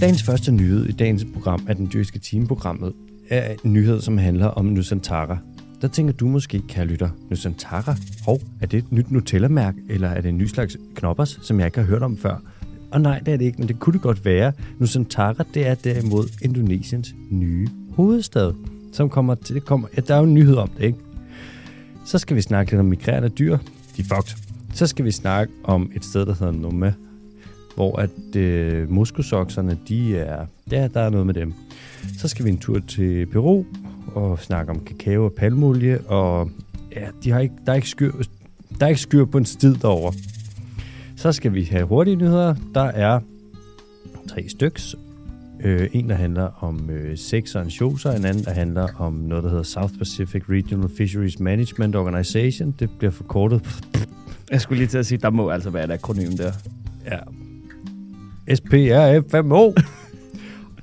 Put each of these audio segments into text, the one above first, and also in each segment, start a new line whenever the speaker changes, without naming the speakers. Dagens første nyhed i dagens program er den dyrske timeprogrammet er en nyhed, som handler om Nusantara. Der tænker du måske, kære lytter, Nusantara? Hov, er det et nyt Nutella-mærke, eller er det en ny slags knoppers, som jeg ikke har hørt om før? Og nej, det er det ikke, men det kunne det godt være. Nusantara, det er derimod Indonesiens nye hovedstad, som kommer til... Det kommer, ja, der er jo en nyhed om det, ikke? Så skal vi snakke lidt om migrerende dyr. De er fucked. Så skal vi snakke om et sted, der hedder Noma, hvor at øh, muskelsokserne, de er... Ja, der er noget med dem. Så skal vi en tur til Peru og snakke om kakao og palmolie, og ja, de har ikke, der, er ikke skyr, der er ikke skyr på en stid derovre. Så skal vi have hurtige nyheder. Der er tre styks. Øh, en, der handler om øh, sex og anchoser, en anden, der handler om noget, der hedder South Pacific Regional Fisheries Management Organization. Det bliver forkortet.
Jeg skulle lige til at sige, der må altså være et akronym der.
Ja. SPRFMO.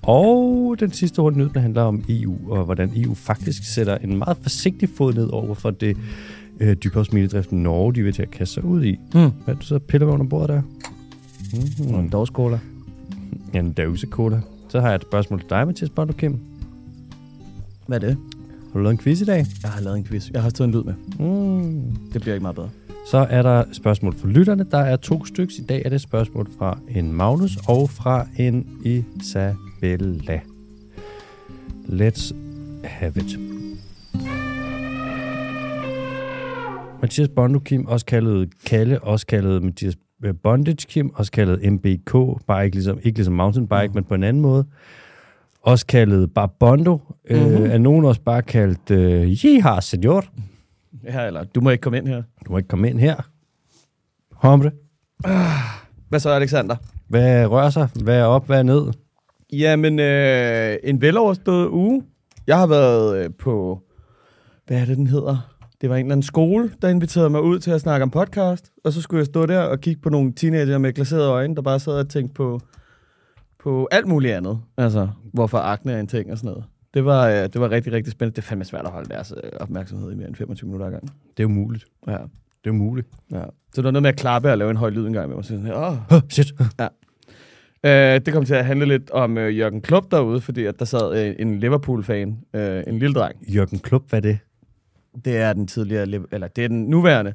og den sidste runde nyhed, der handler om EU, og hvordan EU faktisk sætter en meget forsigtig fod ned over for det øh, dybhavsminedrift Norge, de vil til at kaste sig ud i.
Mm.
Hvad er det så piller ved under bordet der? Mm-hmm.
Mm. En dårskåler.
Ja, en dose cola. Så har jeg et spørgsmål til dig, Mathias Bondo Kim.
Hvad er det?
Har du lavet en quiz i dag?
Jeg har lavet en quiz. Jeg har også taget en lyd med.
Mm.
Det bliver ikke meget bedre.
Så er der spørgsmål for lytterne. Der er to stykker. I dag er det spørgsmål fra en Magnus og fra en Isabella. Let's have it. Mathias Bondo Kim, også kaldet Kalle, også kaldet Mathias øh, Bondage Kim, også kaldet MBK, bare ikke ligesom, ikke ligesom mountainbike, mm. men på en anden måde. Også kaldet Barbondo, øh, mm-hmm. er nogen også bare kaldt øh, Jihar Senior.
Ja, eller du må ikke komme ind her.
Du må ikke komme ind her. Hombre.
Hvad så, Alexander?
Hvad rører sig? Hvad er op? Hvad er ned?
Jamen, øh, en veloverstået uge. Jeg har været øh, på, hvad er det, den hedder? Det var en eller anden skole, der inviterede mig ud til at snakke om podcast. Og så skulle jeg stå der og kigge på nogle teenager med glaserede øjne, der bare sad og tænkte på, på alt muligt andet. Altså, hvorfor akne er en ting og sådan noget. Det var, øh, det var rigtig, rigtig spændende. Det er fandme svært at holde deres øh, opmærksomhed i mere end 25 minutter ad gangen.
Det er umuligt.
Ja.
Det er umuligt.
Ja. Så der var noget med at klappe og lave en høj lyd engang med mig. Så sådan, her, åh.
Huh, shit.
Øh, det kom til at handle lidt om øh, Jørgen Klopp derude, fordi at der sad øh, en Liverpool-fan, øh, en lille dreng.
Jørgen Klub, hvad er det?
Det er den tidligere, Liv- eller det er den nuværende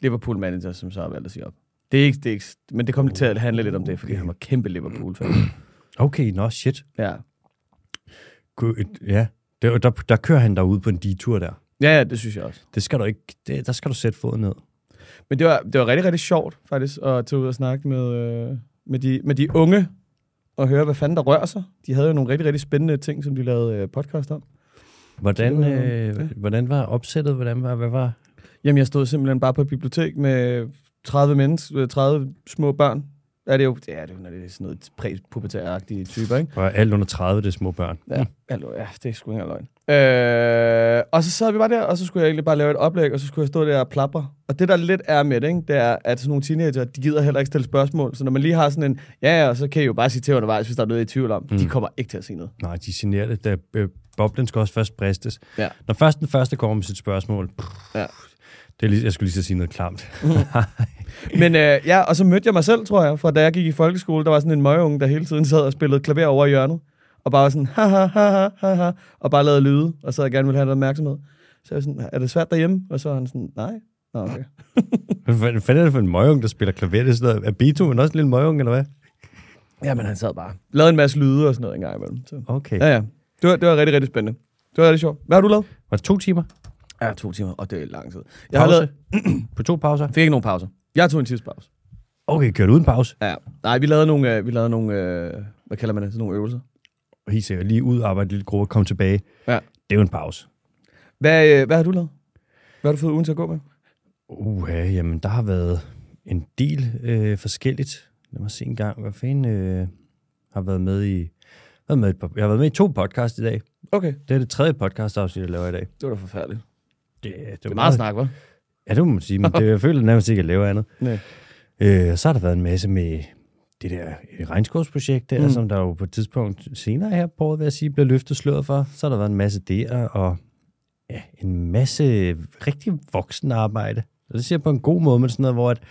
Liverpool-manager, som så har valgt at sige op. Det er ikke, det er ikke, men det kom til at handle lidt om det, fordi
Okay.
han var kæmpe Liverpool-fan.
Okay, nå, shit.
Ja.
Gud, et- Ja, der, der, der kører han derud på en detur der.
ja, ja, det synes jeg også.
Det skal du ikke, det, der skal du sætte foden ned.
Men det var, det var rigtig, rigtig sjovt faktisk at tage ud og snakke med, øh, med, de, med de unge og høre, hvad fanden der rører sig. De havde jo nogle rigtig, rigtig spændende ting, som de lavede øh, podcast om.
Hvordan,
Det var- ja.
øh, hvordan var opsættet? Hvordan var, hvad var?
Jamen, jeg stod simpelthen bare på et bibliotek med 30 mennesker, 30 små børn. Ja, det er jo, det er det, jo, når det er sådan noget præpubertæragtige typer, ikke?
Og alt under 30, det er små børn.
Ja, allo, ja det er sgu ikke engang løgn. Øh, og så sad vi bare der, og så skulle jeg egentlig bare lave et oplæg, og så skulle jeg stå der og plapre. Og det, der lidt er med det, ikke, det er, at sådan nogle teenager, de gider heller ikke stille spørgsmål. Så når man lige har sådan en, ja, ja, og så kan I jo bare sige til undervejs, hvis der er noget, I er i tvivl om. Mm. De kommer ikke til at sige noget.
Nej, de generer det. Da, øh, boblen skal også først bristes.
Ja.
Når først den første kommer med sit spørgsmål, pff,
Ja.
det er lige, jeg skulle lige så sige noget klamt.
Men øh, ja, og så mødte jeg mig selv, tror jeg, fra da jeg gik i folkeskole, der var sådan en møgeunge, der hele tiden sad og spillede klaver over i hjørnet, og bare var sådan, ha, ha, ha, ha, ha, og bare lavede lyde, og så jeg gerne ville have noget opmærksomhed. Så jeg var sådan, er det svært derhjemme? Og så var han sådan, nej. Nå, okay.
Hvad fanden hvad fanden er det for en møgung, der spiller klaver? Det er, sådan noget, er Beethoven også en lille møgung, eller hvad?
Jamen, han sad bare. Lavede en masse lyde og sådan noget en gang imellem. Så.
Okay.
Ja, ja. Det var, det var rigtig, rigtig spændende. Det var rigtig sjovt. Hvad har du lavet?
Var det to timer?
Ja, to timer, og det er lang tid. Jeg har
Pause?
lavet...
På to pauser?
Fik ikke nogen pauser. Jeg tog en tidspause.
Okay, kører du uden pause?
Ja. Nej, vi lavede nogle, øh, vi lavede nogle øh, hvad kalder man det, sådan nogle øvelser.
Helt sikkert. Lige ud, arbejde en lille gruppe, kom tilbage.
Ja.
Det er jo en pause.
Hvad, øh, hvad har du lavet? Hvad har du fået ugen til at gå med?
Uha, jamen der har været en del øh, forskelligt. Lad mig se en gang, hvad fanden øh, har været med i... Været med i et, par- jeg har været med i to podcast i dag.
Okay,
Det er det tredje podcast afsnit, jeg laver i dag.
det var da forfærdeligt. Det
Det, det,
er meget snak, hva'?
Ja, det må man sige, men det, jeg føler nærmest ikke, at jeg laver andet.
Nej.
Øh, og så har der været en masse med det der øh, regnskovsprojekt der,
Mm.
mm. som der jo på et tidspunkt senere her på året, vil jeg sige, bliver løftet sløret for. Så har der været en masse der, og ja, en masse rigtig voksenarbejde. Og det siger jeg på en god måde, men sådan noget, hvor at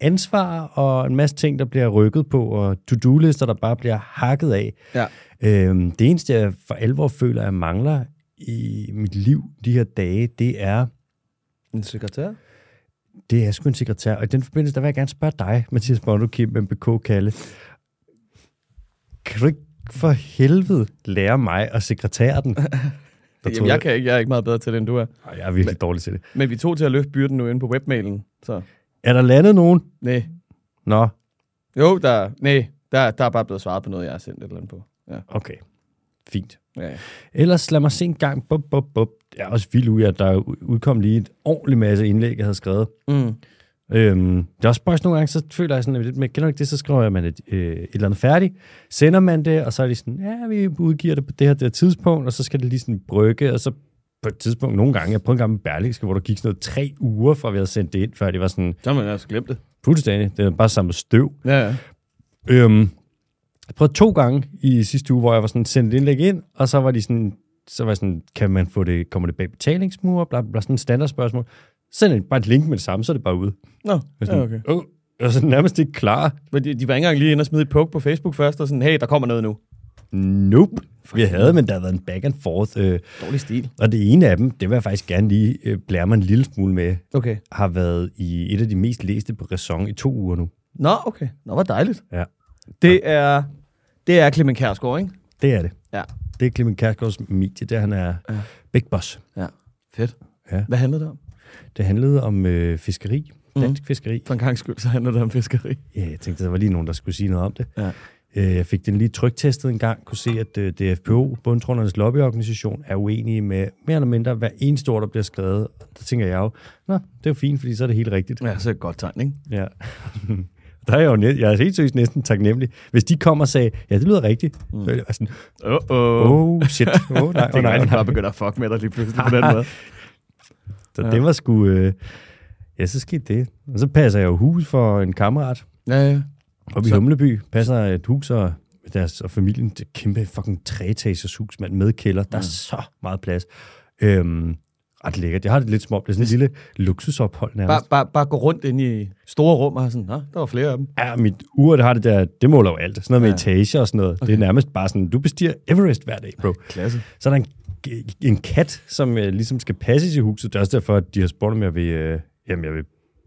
ansvar og en masse ting, der bliver rykket på, og to-do-lister, der bare bliver hakket af.
Ja.
Øhm, det eneste, jeg for alvor føler, jeg mangler i mit liv de her dage, det er,
En sekretær?
det er sgu en sekretær. Og i den forbindelse, der vil jeg gerne spørge dig, Mathias Bondo Kim, MBK Kalle. Kan du ikke for helvede lære mig at sekretære den? Der
Jamen, jeg, kan ikke, jeg er ikke meget bedre til det, end du er.
Ej, jeg er virkelig dårlig til det.
Men vi er to til at løfte byrden nu inde på webmailen, så
Er der landet nogen?
nej.
Nå,
Jo, der, nej, der, der er bare blevet svaret på noget, jeg har sendt et eller andet på. Ja,
okay. Fint.
ja, ja.
Ellers lad mig se en gang. Bup, bup, bup. Jeg er også vild ud af, at der udkom lige en ordentlig masse indlæg, jeg havde skrevet.
Mm.
Øhm, det er også bare nogle gange, så føler jeg sådan, at men kender du ikke det, så skriver man et, øh, et eller andet færdigt, sender man det, og så er de sådan, ja, vi udgiver det på det her, det her tidspunkt, og så skal det lige sådan brygge, og så på et tidspunkt, nogle gange, jeg prøvede en gang med Berlingske, hvor der gik sådan noget tre uger, fra vi havde sendt det ind, før det var sådan,
Så har man også glemt det.
fuldstændig, det er bare samlet støv.
Ja, ja.
Øhm, jeg prøvede to gange i sidste uge, hvor jeg var sådan, sendt et indlæg ind, og så var de sådan, så var jeg sådan, kan man få det, kommer det bag betalingsmure, bla, bla, bla, sådan et standardspørgsmål. Send en- bare et link med det samme, så er det bare ude.
Nå, ja, okay.
Åh, jeg er sådan nærmest ikke klar.
Men de, de var ikke engang lige inde og smide et poke på Facebook først, og sådan, hey, der kommer noget nu.
Nope. Vi havde, men der har været en back and forth. Øh,
Dårlig stil.
og det ene af dem, det vil jeg faktisk gerne lige øh, blære mig en lille smule med,
Okay.
har været i et af de mest læste på Ræson i to uger nu.
Nå, okay. Nå, hvor dejligt.
Ja,
Det er, det er Clement Kjærsgaard, ikke?
det er det.
Ja.
Det er Clement Kærsgaards medie, der han er ja. big boss.
Ja. Fedt.
Ja.
Hvad handler det om?
Det handlede om øh, fiskeri, dansk mm. fiskeri.
For en gang skyld, så handler det om fiskeri.
Ja, jeg tænkte, der var lige nogen, der skulle sige noget om det.
Ja.
Øh, Jeg fik den lige trygtestet en gang, kunne se, at øh, DFPO, Bundtrundernes lobbyorganisation, er uenige med mere eller mindre hver eneste ord, der bliver skrevet. Og Der tænker jeg jo, nå, det er jo fint, fordi så er det helt rigtigt.
Ja, så er det et godt tegn, ikke?
Ja. Der er jeg jo net, jeg er helt seriøst næsten taknemmelig. Hvis de kommer og sagde, ja, det lyder rigtigt, mm. så er jeg sådan,
Åh, åh.
oh shit, oh nej, oh,
Det
nej,
kan
oh,
oh, bare
nej.
begynder at fuck med dig lige pludselig på den måde.
Så det var sgu, øh, ja, så skete det. Og så passer jeg jo hus for en kammerat
Ja, ja.
oppe i
Så-
Humleby, passer et hus og deres og familien til et kæmpe fucking treetagers hus mand, med kælder.
Mm.
Der er så meget plads. Øhm, ret lækkert. Jeg har det lidt småt. Det er sådan et lille luksusophold nærmest.
Bare, bare, bare gå rundt ind i store rum og have sådan, nå, der var flere af dem.
Ja, mit ur, det har det der, det måler jo alt. Sådan noget med etager og sådan noget. Okay. Det er nærmest bare sådan, du bestiger Everest hver dag, bro.
Klasse.
Så er der en, en kat, som uh, ligesom skal passes i huset. Det er også derfor, at de har spurgt, om jeg vil, uh, jamen, jeg vil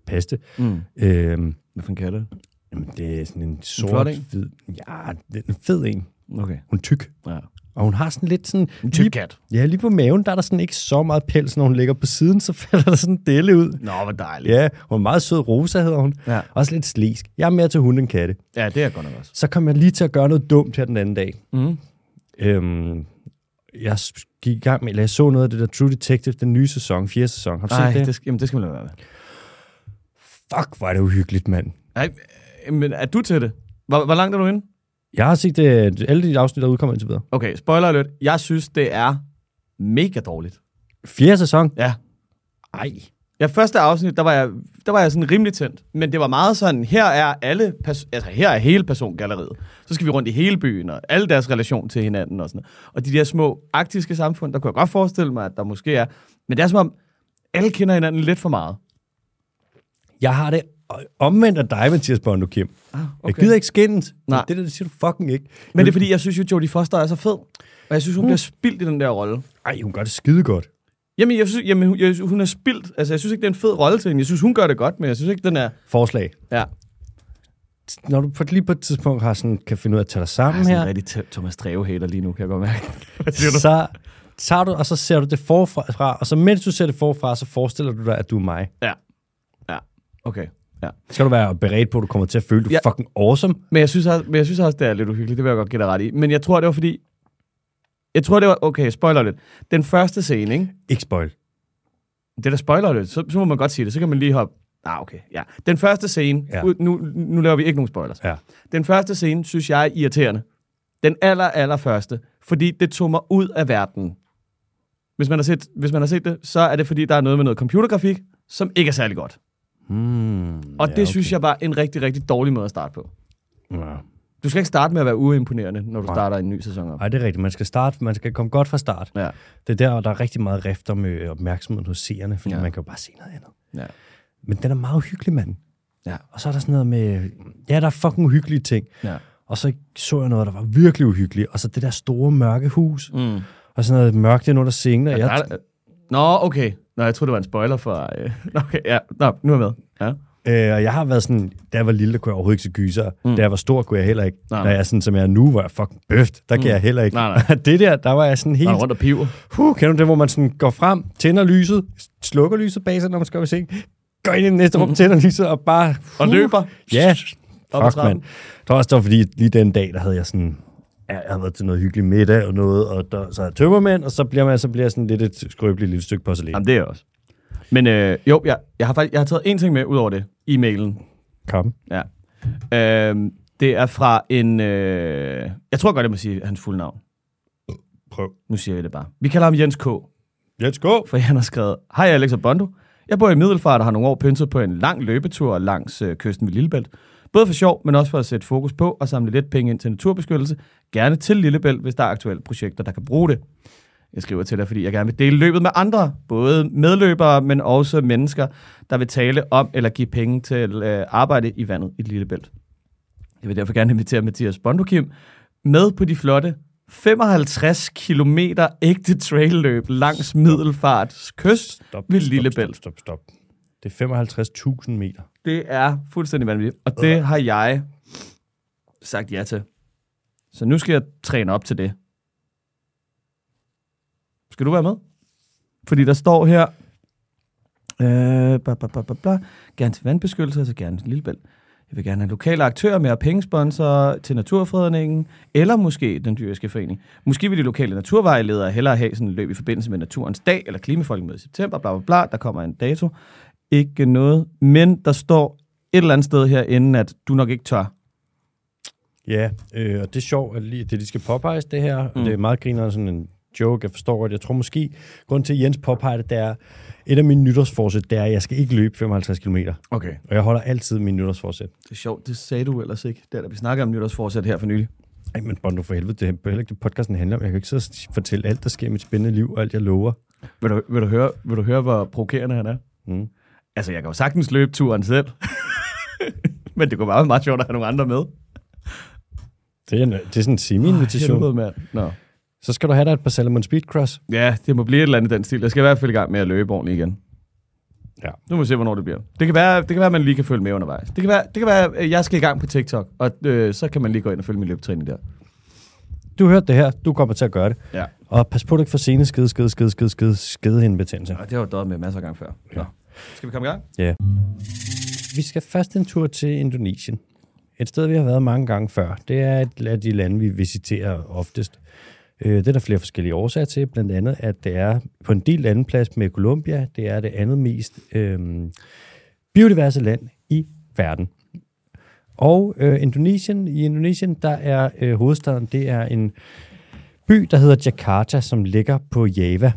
passe det. Mm. Øhm,
Hvad fanden kalder det?
jamen, det er sådan en sort,
flot en?
hvid... Ja, det er en fed en.
Okay.
Hun er tyk.
Ja.
Og hun har sådan lidt sådan...
En tyk kat.
Ja, lige på maven, der er der sådan ikke så meget pels, når hun ligger på siden, så falder der sådan en dele ud.
Nå, hvor dejligt.
Ja, hun er meget sød. Rosa hedder hun.
Ja.
Også lidt slæsk. Jeg er mere til hunde end katte.
Ja, det er godt nok også.
Så kom jeg lige til at gøre noget dumt her den anden dag. Mm. Øhm, jeg s- gik i gang med, eller jeg så noget af det der True Detective, den nye sæson, fjerde sæson. Har du
Nej,
set det?
det, skal, jamen, det skal man lade være med.
Fuck, hvor er det uhyggeligt, mand.
Ej, øh, men er du til det? Hvor, hvor langt er du inde?
Jeg har set det, alle de afsnit, der udkommer indtil videre.
Okay, spoiler alert. Jeg synes, det er mega dårligt.
Fjerde sæson?
Ja.
Ej.
Ja, første afsnit, der var, jeg, der var jeg sådan rimelig tændt. Men det var meget sådan, her er alle pers- altså, her er hele persongalleriet. Så skal vi rundt i hele byen, og alle deres relation til hinanden og sådan noget. Og de der små arktiske samfund, der kunne jeg godt forestille mig, at der måske er. Men det er som om, alle kender hinanden lidt for meget.
Jeg har det omvendt af dig, Mathias Bondo Kim.
Ah,
Jeg gider ikke skændes.
Nej.
Det der, det siger du fucking ikke.
Men Mm. det er fordi, jeg synes jo, Jodie Foster er så fed. Og jeg synes, hun bliver spildt i den der rolle.
Ej, hun gør det skide godt.
Jamen, jeg synes, jamen, hun- jeg, synes, hun er spildt. Altså, jeg synes ikke, det er en fed rolle til hende. Jeg synes, hun gør det godt, men jeg synes ikke, den er...
Forslag.
Ja.
Når du på, lige på et tidspunkt har sådan, kan finde ud af at tage dig sammen
sådan
her,
en rigtig Thomas Dreve-hater lige nu, kan jeg godt mærke.
så tager du, og så ser du det forfra, og så mens du ser det forfra, så forestiller du dig, at du er mig.
Ja. Ja. Okay. Ja.
Skal du være beredt på, at du kommer til at føle, at du
Ja.
er fucking awesome?
Men jeg synes, også, men jeg synes også, det er lidt uhyggeligt. Det vil jeg godt give dig ret i. Men jeg tror, det var fordi... Jeg tror, det var... Okay, spoiler lidt. Den første scene, ikke?
Ikke spoil.
Det er da spoiler lidt. Så, så må man godt sige det. Så kan man lige hoppe... Ah, okay. Ja. Den første scene...
Ja.
Ja. Nu, nu laver vi ikke nogen spoilers.
Ja.
Den første scene, synes jeg er irriterende. Den aller, aller første. Fordi det tog mig ud af verden. Hvis man, har set, hvis man har set det, så er det, fordi der er noget med noget computergrafik, som ikke er særlig godt.
Hmm,
Og ja, det okay. synes jeg var en rigtig, rigtig dårlig måde at starte på.
Ja.
Du skal ikke starte med at være uimponerende, når du Nej. starter en ny sæson op.
Ej, det er rigtigt. Man skal, starte, man skal komme godt fra start.
Ja.
Det er der, hvor der er rigtig meget rifter med opmærksomheden hos seerne, fordi ja.
Ja.
man kan jo bare se noget andet.
ja.
Men den er meget hyggelig, mand.
Ja.
Og så er der sådan noget med, ja, der er fucking uhyggelige ting.
Ja.
Og så så jeg noget, der var virkelig uhyggeligt. Og så det der store mørke hus.
Mm.
Og sådan noget mørkt ind under sengen. Og
Ja,
jeg,
der er- Nå, okay. Nå, jeg troede, det var en spoiler for... Øh, nå, okay, ja. Nå, nu er jeg med. Ja.
Øh, og jeg har været sådan, da jeg var lille, der kunne jeg overhovedet ikke se gyser. Mm. Da jeg var stor, kunne jeg heller ikke.
Nej,
Da
nej.
jeg er sådan, som jeg er nu, hvor jeg er fucking bøft, der mm. kan jeg heller ikke.
Nej,
det der, der var jeg sådan helt...
Nå, rundt og piver.
Huh, kender du det, hvor man sådan går frem, tænder lyset, slukker lyset bag sig, når man skal op i seng, går ind i det næste rum, tænder lyset og bare...
Mm. Og
huh.
løber.
Ja,
Op ad
fuck mand.
trappen.
Det var også der, fordi lige den dag, der havde jeg sådan... ja, Jeg havde været til noget hyggelig middag og noget, og der, så er jeg tømmermænd, og så bliver man så bliver jeg sådan lidt et skrøbeligt lille stykke porcelæn.
Jamen, det er jeg også. Men øh, jo, jeg, jeg, har faktisk, jeg har taget en ting med ud over det i mailen.
Kom.
Ja. Øhm, det er fra en... Øh, jeg tror godt, jeg må sige hans fulde navn.
Prøv.
Nu siger jeg det bare. Vi kalder ham Jens K.,
Let's go.
for han har skrevet, Hej Alex og Bondo. Jeg bor i Middelfart og har nogle år pyntet på en lang løbetur langs øh, kysten ved Lillebælt. Både for sjov, men også for at sætte fokus på og samle lidt penge ind til naturbeskyttelse. Gerne til Lillebælt, hvis der er aktuelle projekter, der kan bruge det. Jeg skriver til dig, fordi jeg gerne vil dele løbet med andre, både medløbere, men også mennesker, der vil tale om eller give penge til øh, arbejde i vandet i Lillebælt. Jeg vil derfor gerne invitere Mathias Bondokim med på de flotte 55 km ægte trailløb langs Middelfarts kyst
Stop,
ved
stop,
Lillebælt.
Stop, stop, stop. Det er 55.000 meter.
Det er fuldstændig vanvittigt, og det har jeg sagt ja til. Så nu skal jeg træne op til det. Skal du være med? Fordi der står her, øh, bla, bla, bla, bla, bla. gerne til vandbeskyttelse, altså gerne til Lillebælt. Jeg vil gerne have lokale aktører med og pengesponsorer til naturfredningen, eller måske den dyriske forening. Måske vil de lokale naturvejledere hellere have sådan et løb i forbindelse med naturens dag, eller klimafolkemødet i september, bla bla bla, der kommer en dato ikke noget. Men der står et eller andet sted herinde, at du nok ikke tør.
Ja, øh, og det er sjovt, at lige, det de skal påpeges, det her. Mm.
Mm.
Det er meget griner sådan en joke, jeg forstår det. Jeg tror måske, grund til, at Jens påpeger det, det er, et af mine nytårsforsæt, det er, at jeg skal ikke løbe 55 km.
Okay.
Og jeg holder altid min nytårsforsæt.
Det er sjovt, det sagde du ellers ikke, der da vi snakkede om nytårsforsæt her for nylig.
Ej, men Bondo, for helvede, det er heller ikke det, podcasten handler om. Jeg kan ikke sidde og s- fortælle alt, der sker i mit spændende liv, og alt, jeg lover.
Vil du, vil du, høre, vil du høre, hvor provokerende han er?
Mm.
Altså, jeg kan jo sagtens løbe turen selv. Men det kunne bare være meget sjovt at have nogle andre med.
Det er, en, det er sådan en semi-invitation.
Helvede, mand. Nå.
Så skal du have dig et par Salomon Speedcross.
Ja, det må blive et eller andet i den stil. Jeg skal i hvert fald i gang med at løbe ordentligt igen.
Ja.
Nu må vi se, hvornår det bliver. Det kan være, det kan være at man lige kan følge med undervejs. Det kan være, det kan være at jeg skal i gang på TikTok, og øh, så kan man lige gå ind og følge min løbetræning der.
Du hørte det her, du kommer til at gøre det.
Ja.
Og pas på, du ikke får sene skede, skede, skede, skede, skede, skedehindebetændelse.
Og det har jo døjet med masser af gange før. Nå. Skal vi komme i gang?
Vi skal først en tur til Indonesien. Et sted, vi har været mange gange før. Det er et af de lande, vi visiterer oftest. Øh, Det er der flere forskellige årsager til. Blandt andet, at det er på en del anden plads med Colombia. Det er det andet mest øh, biodiverse land i verden. Og øh, Indonesien, i Indonesien, der er øh, hovedstaden, det er en by, der hedder Jakarta, som ligger på Java.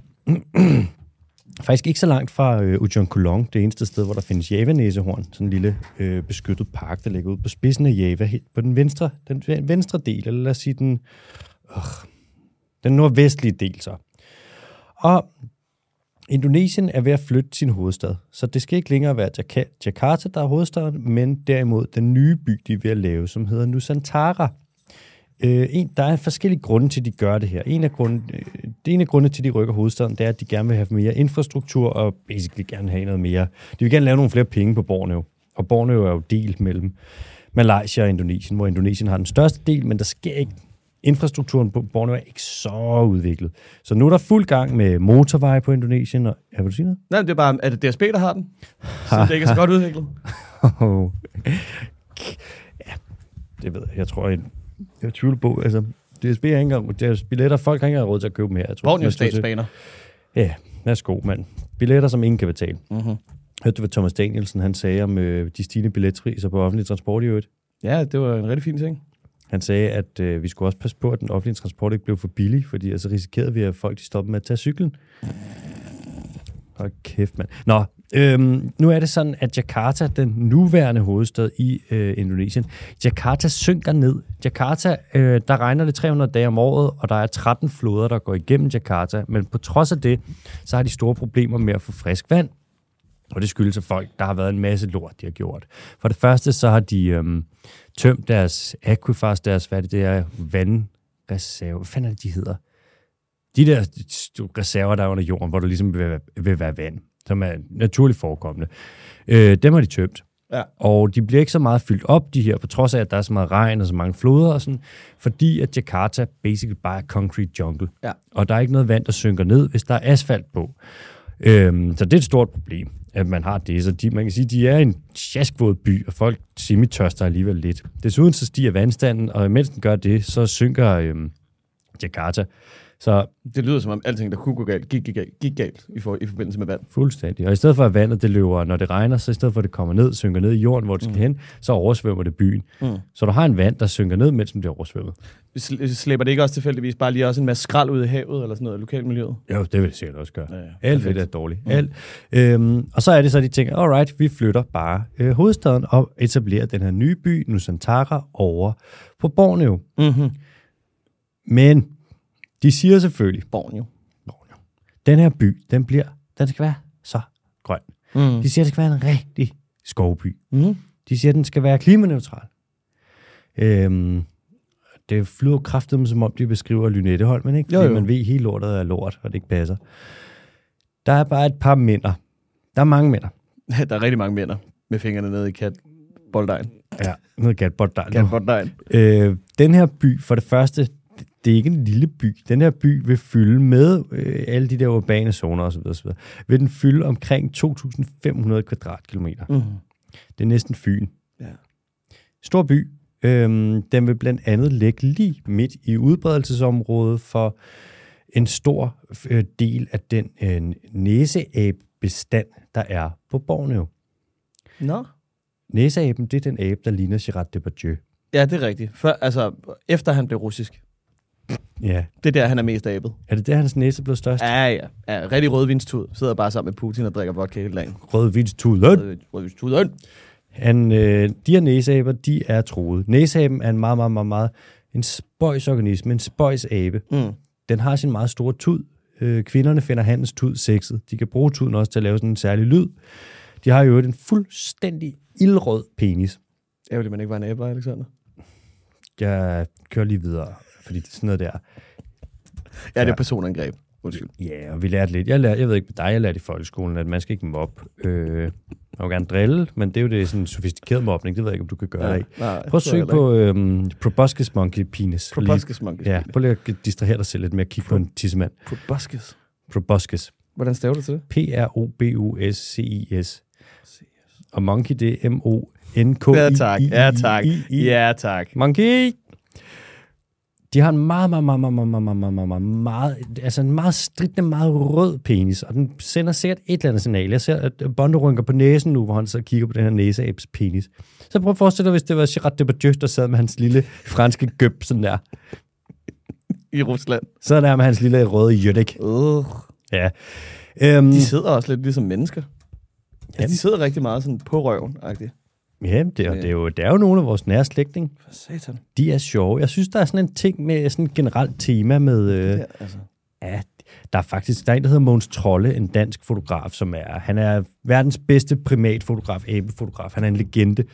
Faktisk ikke så langt fra øh, Ujung Kulong, det eneste sted, hvor der findes Javanæsehorn, sådan en lille øh, beskyttet park, der ligger ude på spidsen af Java, helt på den venstre, den venstre del, eller lad os sige den, øh, den nordvestlige del så. Og Indonesien er ved at flytte sin hovedstad, så det skal ikke længere være Jaka- Jakarta, der er hovedstaden, men derimod den nye by, de er ved at lave, som hedder Nusantara. Øh, en, der er forskellige grunde til, at de gør det her. En af, grunde, øh, det ene af grunde til, at de rykker hovedstaden, det er, at de gerne vil have mere infrastruktur og basically gerne have noget mere. De vil gerne lave nogle flere penge på Borneo. Og Borneo er jo delt mellem Malaysia og Indonesien, hvor Indonesien har den største del, men der sker ikke infrastrukturen på Borneo er ikke så udviklet. Så nu er der fuld gang med motorveje på Indonesien. Og, ja, vil du sige noget?
Nej, men det er bare, er det DSB, der har den? Så det ikke er så godt udviklet.
Oh. ja, det ved jeg. Jeg tror, jeg, jeg tvivler på. Altså, DSB har ikke engang, deres billetter, folk har ikke engang råd til at købe dem her. Jeg tror,
Borgen er jo
jeg tror til-
statsbaner.
Ja, værsgo, mand. Billetter, som ingen kan betale.
Mm-hmm.
Hørte du, hvad Thomas Danielsen han sagde om øh, de stigende billetpriser på offentlig transport i øvrigt?
Ja, det var en rigtig fin ting.
Han sagde, at øh, vi skulle også passe på, at den offentlige transport ikke blev for billig, fordi altså risikerede vi, at folk de stoppede med at tage cyklen. Hold kæft, mand. Nå, øhm, nu er det sådan, at Jakarta, den nuværende hovedstad i øh, Indonesien, Jakarta synker ned. Jakarta, øh, der regner det 300 dage om året, og der er 13 floder, der går igennem Jakarta, men på trods af det, så har de store problemer med at få frisk vand. Og det skyldes, at folk, der har været en masse lort, de har gjort. For det første, så har de øhm, tømt deres aquifers, deres, hvad er det det er, vandreserve. Hvad fanden er det, de hedder? De der st- reserver, der er under jorden, hvor der ligesom vil, være- vil være vand, som er naturligt forekommende, øh, dem har de tømt.
Ja.
Og de bliver ikke så meget fyldt op, de her, på trods af, at der er så meget regn og så mange floder og sådan, fordi at Jakarta basically bare er concrete jungle.
Ja.
Og der er ikke noget vand, der synker ned, hvis der er asfalt på. Øhm, så det er et stort problem, at man har det. Så de, man kan sige, de er en sjaskvåd by, og folk semitørster alligevel lidt. Desuden så stiger vandstanden, og mens den gør det, så synker øhm, Jakarta. Så
Det lyder som om alting, der kunne gå galt, gik, gik, gik, gik galt i, for, i forbindelse med vand.
Fuldstændig. Og i stedet for, at vandet det løber, når det regner, så i stedet for, at det kommer ned, synker ned i jorden, hvor det skal hen, så oversvømmer det byen. Mm. Så du har en vand, der synker ned, mens den bliver oversvømmet.
Sl- Slæber det ikke også tilfældigvis bare lige også en masse skrald ud i havet eller sådan noget i lokalmiljøet?
Jo, det vil det sikkert også gøre.
Ja,
Ja,
ja.
ja. Alt ved det er dårligt. Mm. Alt. Øhm, og så er det så, at de tænker, alright, vi flytter bare øh, hovedstaden og etablerer den her nye by, Nusantara, over på Borneo.
Mhm.
Men de siger selvfølgelig,
Borneo.
Borneo, den her by, den bliver, den skal være så grøn.
Mm.
De siger, det skal være en rigtig skovby.
Mm.
De siger, at den skal være klimaneutral. Øhm, det flyder kraftigt, som om de beskriver Lynetteholmen, ikke?
Jo,
Fordi
jo.
man ved, at hele lortet er lort, og det ikke passer. Der er bare et par mænder. Der er mange mænder.
Der er rigtig mange mænd med fingrene nede i kat. Boldejen.
Ja, noget gatbot der.
Kat Boldejen.
Øh, den her by, for det første, det- det er ikke en lille by. Den her by vil fylde med øh, alle de der urbane zoner osv. osv. Vil den fylde omkring 2.500 kvadratkilometer.
Mhm.
Det er næsten Fyn.
Ja.
stor by. Øhm, den vil blandt andet ligge lige midt i udbredelsesområdet for en stor øh, del af den øh, næseabebestand, der er på Borneo.
Nå.
Næseaben, det er den abe, der ligner Gerard Depardieu.
Ja, det er rigtigt. Før, altså, efter han blev russisk.
Ja.
Det er der, han er mest abet.
Er det der, hans næse blev størst? Ja.
Ja, ja. ja rigtig rødvinstud. Sidder bare sammen med Putin og drikker vodka hele dagen.
Rødvindstudet.
Rød- Rødvinstuden.
Han, øh, de her næseaber, de er troet. Næseaben er en meget, meget, meget, meget en spøjs organisme, en spøjs abe.
Mm.
Den har sin meget store tud. Øh, kvinderne finder hans tud sexet. De kan bruge tuden også til at lave sådan en særlig lyd. De har jo en fuldstændig ildrød penis.
Ærgerligt, man ikke var en æber, Alexander.
Jeg kører lige videre, fordi det er sådan noget der.
Ja, det er personangreb. Undskyld.
Ja, og vi lærte lidt. Jeg, lærte, jeg ved ikke med dig, jeg lærte i folkeskolen, at man skal ikke mobbe. Øh, man må gerne drille, men det er jo det sådan sofistikeret mobning. Det ved jeg ikke, om du kan gøre ja. det
nej,
Prøv at søge på øhm, proboscis monkey penis.
Proboscis monkey.
Lige- Ja, prøv lige at distrahere dig selv lidt med at kigge på en tissemand.
Proboscis.
Proboscis.
Hvordan staver du til det?
P-R-O-B-U-S-C-I-S. Og monkey, det er M-O-N-K-I.
Ja, tak. Ja, tak.
Ja.
Ja, tak.
Monkey! De har en meget, meget, meget, meget, meget, meget, meget, meget, meget, meget, altså en meget stridende, meget rød penis, og den sender sikkert et eller andet signal. Jeg ser, at Bondo rynker på næsen nu, hvor han så kigger på den her næseabs penis. Så prøv at forestille dig, hvis det var Gerard Depardieu, der sad med hans lille franske gøb, sådan der.
I Rusland.
Sådan der med hans lille røde jødik.
Uh.
Ja. Øhm,
De sidder også lidt ligesom mennesker. Ja.
Ja.
De sidder rigtig meget sådan på røven, agtigt.
ja, det, og det, er jo, det er jo nogle af vores nære slægtninge.
For satan.
de er sjove. Jeg synes, der er sådan en ting med sådan et generelt tema med... Øh,
Ja, altså.
ja, der er faktisk der er en, der hedder Måns Trolle, en dansk fotograf, som er... Han er verdens bedste primatfotograf, abefotograf. Han er en legende.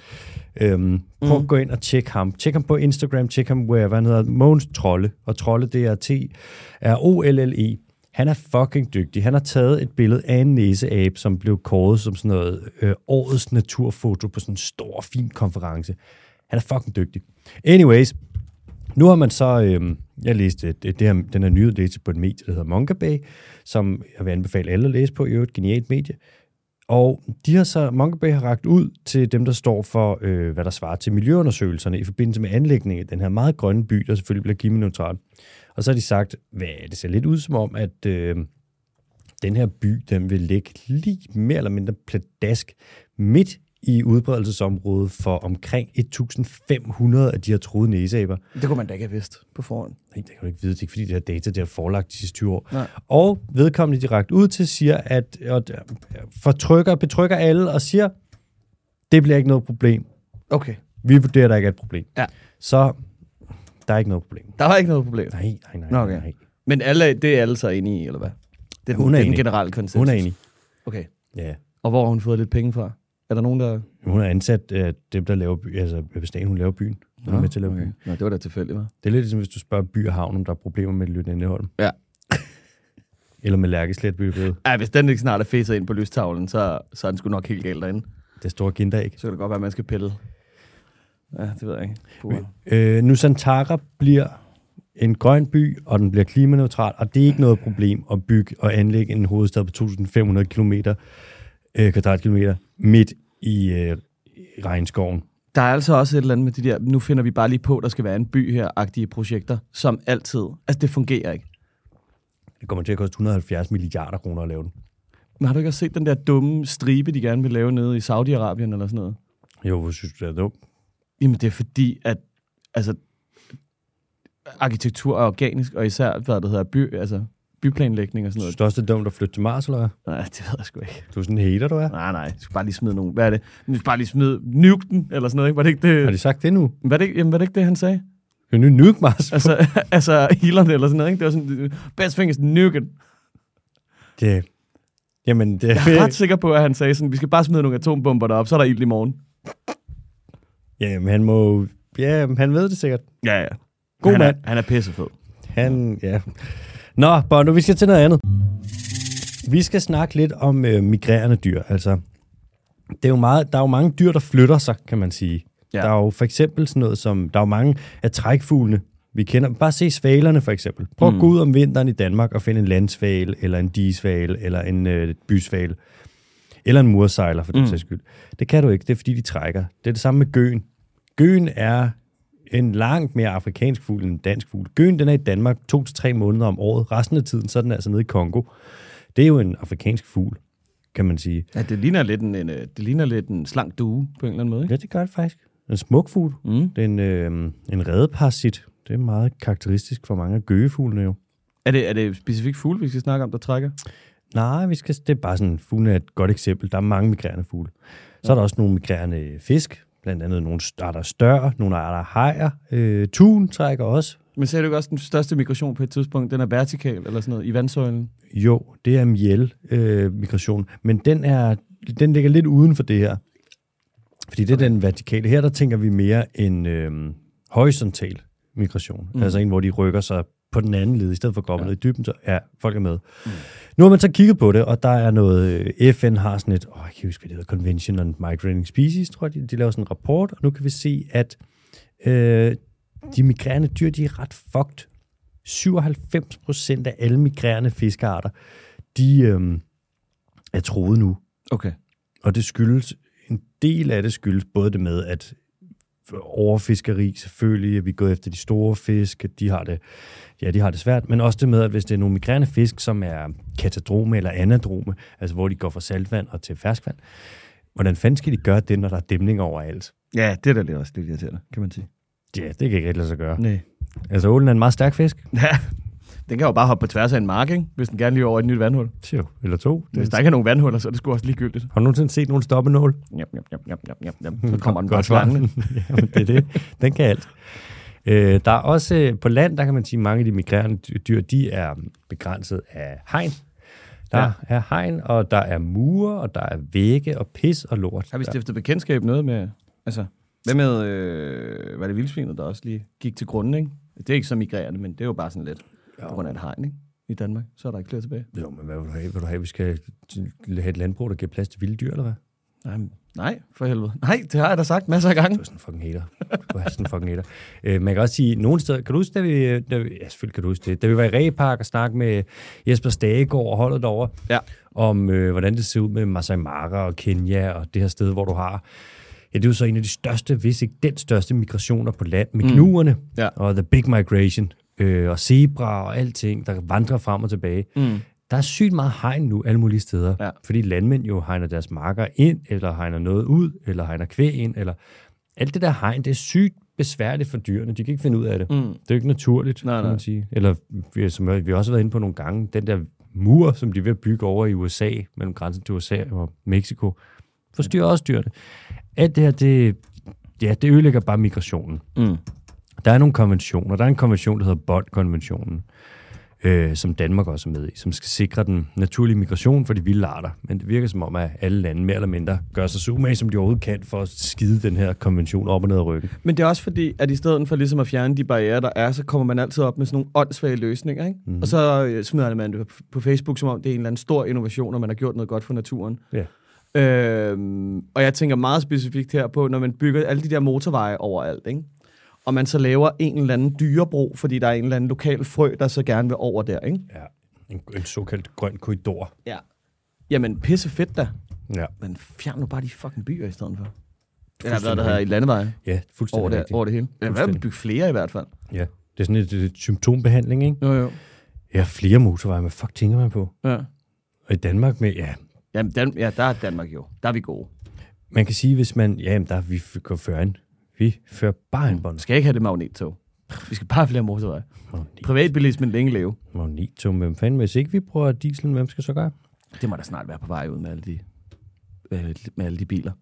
Øhm, prøv at gå ind og tjek ham. Tjek ham på Instagram, tjek ham wherever. Han hedder Måns Trolle, og Trolle, det er T-R-O-L-L-E. E. Han er fucking dygtig. Han har taget et billede af en næseabe, som blev kåret som sådan noget øh, årets naturfoto på sådan en stor, fin konference. Han er fucking dygtig. Anyways, nu har man så, øh, jeg læste det, det her, den her nyhed læste jeg på et medie, der hedder Monkabay, som jeg vil anbefale alle at læse på, i øvrigt genialt medie. Og de har så, Monkabay har ragt ud til dem, der står for, øh, hvad der svarer til miljøundersøgelserne i forbindelse med anlægningen af den her meget grønne by, der selvfølgelig bliver klimaneutral. Og så har de sagt, hvad det ser lidt ud som om, at øh, den her by, den vil ligge lige mere eller mindre pladask midt i udbredelsesområdet for omkring 1.500 af de her troede næseaber.
Det kunne man da ikke have vidst på forhånd.
Nej, det kan du ikke vide. Det er ikke, fordi det her data det er forelagt de sidste 20 år.
Nej.
Og vedkommende direkte ud til siger, at og, øh, fortrykker, betrykker alle og siger, det bliver ikke noget problem.
Okay.
Vi vurderer, der ikke er et problem.
Ja.
Så der er ikke noget problem.
Der var ikke noget problem.
Nej, nej, nej.
Nå, okay.
nej.
Men alle, det er alle så enige i, eller hvad? Det er,
Hun
den,
er
det er den
enig.
generelle konsensus.
Hun er enig.
Okay.
Ja.
Og hvor har hun fået lidt penge fra? Er der nogen, der...
Hun er ansat af dem, der laver by, altså Stan, hun laver byen. Hun er med til at lave okay. byen.
Nå, det var da tilfældigt, hva'?
Det er lidt ligesom, hvis du spørger By og Havn, om der er problemer med Lynetteholm.
Ja.
Eller med Lærkeslet byggeriet.
Ja, hvis den ikke snart er fæset ind på lystavlen, så, så er den sgu nok helt galt derinde.
Det store kinderæg.
Så kan det godt være, at man skal pille. Ja, det ved jeg ikke. Puh.
Øh, Nusantara bliver en grøn by, og den bliver klimaneutral, og det er ikke noget problem at bygge og anlægge en hovedstad på 2.500 km, øh, kvadratkilometer midt i øh, regnskoven.
Der er altså også et eller andet med de der, nu finder vi bare lige på, der skal være en by her-agtige projekter, som altid. Altså, det fungerer ikke.
Det kommer til at koste 170 milliarder kroner at lave den.
Men har du ikke også set den der dumme stribe, de gerne vil lave nede i Saudi-Arabien eller sådan noget?
Jo, hvor synes du, det er dumt?
Jamen, det er fordi, at altså, arkitektur er organisk, og især, hvad det hedder, by, altså, byplanlægning og sådan noget.
Synes du også, det er dumt at flytte til Mars, eller hvad?
Nej, det ved jeg sgu ikke.
Du er sådan en hater, du er.
Nej, nej, du skal bare lige smide nogen. Hvad er det? Du skal bare lige smide Nukten, eller sådan noget, ikke? Var det ikke
Har
det,
de sagt det nu?
var det, ikke- jamen, var det, ikke det han sagde?
Kan nu nuke Mars?
Altså, altså Elon eller sådan noget, ikke? Det var sådan, best thing is nuken.
Det, jamen, det,
Jeg er ret sikker på, at han sagde sådan, vi skal bare smide nogle atombomber derop, så er der ild i morgen.
jamen, han må... Ja, han ved det sikkert.
Ja, ja.
God
han
mand.
Er, han er pissefed.
Han, ja. Nå, Bono, vi skal til noget andet. Vi skal snakke lidt om øh, migrerende dyr. Altså, det er jo meget, der er jo mange dyr, der flytter sig, kan man sige.
Ja.
Ja. Der er jo for eksempel sådan noget som, der er jo mange af trækfuglene, vi kender. Bare se svalerne for eksempel. Prøv mm. at gå ud om vinteren i Danmark og finde en landsval, eller en digesval, eller en øh, bysval. Eller en mursejler, for den sags skyld. Det kan du ikke, det er fordi, de trækker. Det er det samme med gøen. Gøen er en langt mere afrikansk fugl end en dansk fugl. Gøen den er i Danmark to til tre måneder om året. Resten af tiden, så er den altså nede i Kongo. Det er jo en afrikansk fugl, kan man sige.
Ja, det ligner lidt en, en, øh, det ligner lidt en slank due på en eller anden måde, ikke?
Ja, det gør det faktisk. En smuk fugl.
Mm.
Det er en, øh, en redeparasit. Det er meget karakteristisk for mange af gøgefuglene jo.
Er det, er det specifikt fugle, vi skal snakke om, der trækker?
Nej, vi skal, det er bare sådan, fuglene er et godt eksempel. Der er mange migrerende fugle. Så er der også nogle migrerende fisk, blandt andet nogle arter større, nogle arter hajer. Øh, tun trækker også.
Men sagde du ikke også, at den største migration på et tidspunkt, den er vertikal eller sådan noget, i vandsøjlen?
Jo, det er miel-migration, men den, er, den ligger lidt uden for det her. Fordi det er den vertikale. Her der tænker vi mere en øh, horisontal migration. Mm. Altså en, hvor de rykker sig på den anden led, i stedet for at gå op ja. ned i dybden, så ja, folk er med. Mm. Nu har man så kigget på det, og der er noget, øh, FN har sådan et, åh, jeg kan ikke huske, hvad det hedder, Convention on Migrating Species, tror jeg, de, de laver sådan en rapport, og nu kan vi se, at øh, de migrerende dyr, de er ret fucked. 97 procent af alle migrerende fiskearter, de øh, er troet nu.
Okay.
Og det skyldes, en del af det skyldes både det med, at overfiskeri selvfølgelig, at vi går efter de store fisk, at de har det, ja, de har det svært, men også det med, at hvis det er nogle migrerende fisk, som er katadrome eller anadrome, altså hvor de går fra saltvand og til ferskvand, hvordan fanden skal de gøre det, når der er dæmning overalt?
Ja, det er da lidt også lidt irriterende, kan man sige.
Ja, det kan ikke rigtig lade sig gøre.
Nej.
Altså, ålen er en meget stærk fisk.
Ja, den kan jo bare hoppe på tværs af en mark, ikke? hvis den gerne lige over et nyt vandhul.
Tjo, eller to.
Hvis der ikke er nogen vandhuller, så er det sgu også ligegyldigt.
Har du nogensinde set nogen stoppenål?
Jam, jam, jam, jam, jam, jam, jam. Så kommer den bare
svar.
slangende.
Jamen, det er det. Den kan alt. Øh, der er også øh, på land, der kan man sige, at mange af de migrerende dy- dyr, de er begrænset af hegn. Der
Ja.
ja. er hegn, og der er mure, og der er vægge, og pis og lort.
Har vi stiftet bekendtskab noget med... Altså, hvad med... Øh, var det vildsvinet, der også lige gik til grunden, ikke? Det er ikke så migrerende, men det er jo bare sådan lidt på grund af et hegn, ikke? I Danmark, så er der ikke flere tilbage.
Jo, men hvad vil du have? Vil du have, at vi skal have et landbrug, der giver plads til vilde dyr, eller hvad?
Nej, men- nej, for helvede. Nej, det har jeg da sagt masser af gange.
Du er sådan en fucking hater. Du er sådan en fucking hater. Øh, man kan også sige, nogle steder, kan du huske, da vi, øh, da vi ja, selvfølgelig kan du huske det, da vi var i Repark og snakkede med Jesper Stagegaard og holdet derovre,
Ja.
om øh, hvordan det ser ud med Masai Mara og Kenya og det her sted, hvor du har, ja, det er jo så en af de største, hvis ikke den største migrationer på land, med knuerne
Ja.
og The Big Migration øh, og zebra og alting, der vandrer frem og tilbage. Mm. Der er sygt meget hegn nu alle mulige steder,
Ja.
fordi landmænd jo hegner deres marker ind, eller hegner noget ud, eller hegner kvæg ind, eller alt det der hegn, det er sygt besværligt for dyrene. De kan ikke finde ud af det. Mm. Det er jo ikke naturligt,
Nej,
nej, kan man
nej.
sige. Eller, vi- som vi også har været inde på nogle gange, den der mur, som de er ved at bygge over i USA, mellem grænsen til USA og Mexico, forstyrrer også dyrene. Alt det her, det, ja, det ødelægger bare migrationen.
Mm.
Der er nogle konventioner. Der er en konvention, der hedder Bond-konventionen, øh, som Danmark også er med i, som skal sikre den naturlige migration for de vilde arter. Men det virker som om, at alle lande mere eller mindre gør sig så umage, som de overhovedet kan, for at skide den her konvention op og ned ad ryggen.
Men det er også fordi, at i stedet for ligesom at fjerne de barriere, der er, så kommer man altid op med sådan nogle åndssvage løsninger, ikke? Mm-hmm. Og så øh, smider man det på- på Facebook, som om det er en eller anden stor innovation, og man har gjort noget godt for naturen.
Ja.
Øhm, og jeg tænker meget specifikt her på, når man bygger alle de der motorveje overalt, ikke? og man så laver en eller anden dyrebro, fordi der er en eller anden lokal frø, der så gerne vil over der, ikke?
ja. En, en såkaldt grøn korridor.
Ja. Jamen, pisse fedt da.
Ja,
Men fjern nu bare de fucking byer i stedet for. Eller hvad
Fuldstændig
der hedder i landeveje
ja
over
fuldstændig
det,
rigtigt.
over det hele. Eller hvad bygge flere i hvert fald.
Ja. Det er sådan et, et symptombehandling, ikke?
Jo, jo.
Ja, flere motorveje, men fuck tænker man på?
Ja.
Og i Danmark med, ja,
Jamen, Dan- ja, der er Danmark jo. Der er vi gode.
man kan sige, hvis man, ja, jamen, der vi f- går før en, vi fører bare en
Vi
bonus.
skal ikke have det magnettog. Vi skal bare have flere motorveje. Privatbilismen længe leve.
Magnetum, hvem fanden, hvis ikke vi bruger dieselen, hvem skal så gøre?
Det må da snart være på vej ud med alle de, øh, med alle de biler.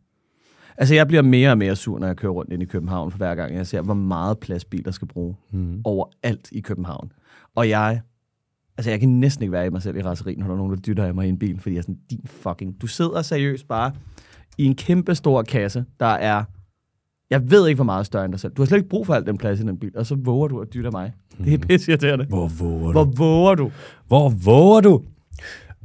Altså, jeg bliver mere og mere sur, når jeg kører rundt ind i København, for hver gang jeg ser, hvor meget plads biler skal bruge mm. overalt i København. Og jeg, altså, jeg kan næsten ikke være i mig selv i raseri, når der er nogen, der dytter af mig i en bil, fordi jeg er sådan, din fucking... Du sidder seriøst bare i en kæmpe stor kasse, der er... Jeg ved ikke, hvor meget større end dig selv. Du har slet ikke brug for al den plads i den bil, og så våger du at dytte af mig. Det er pisseirriterende.
Hvor våger
Hvor våger du?
Hvor våger du?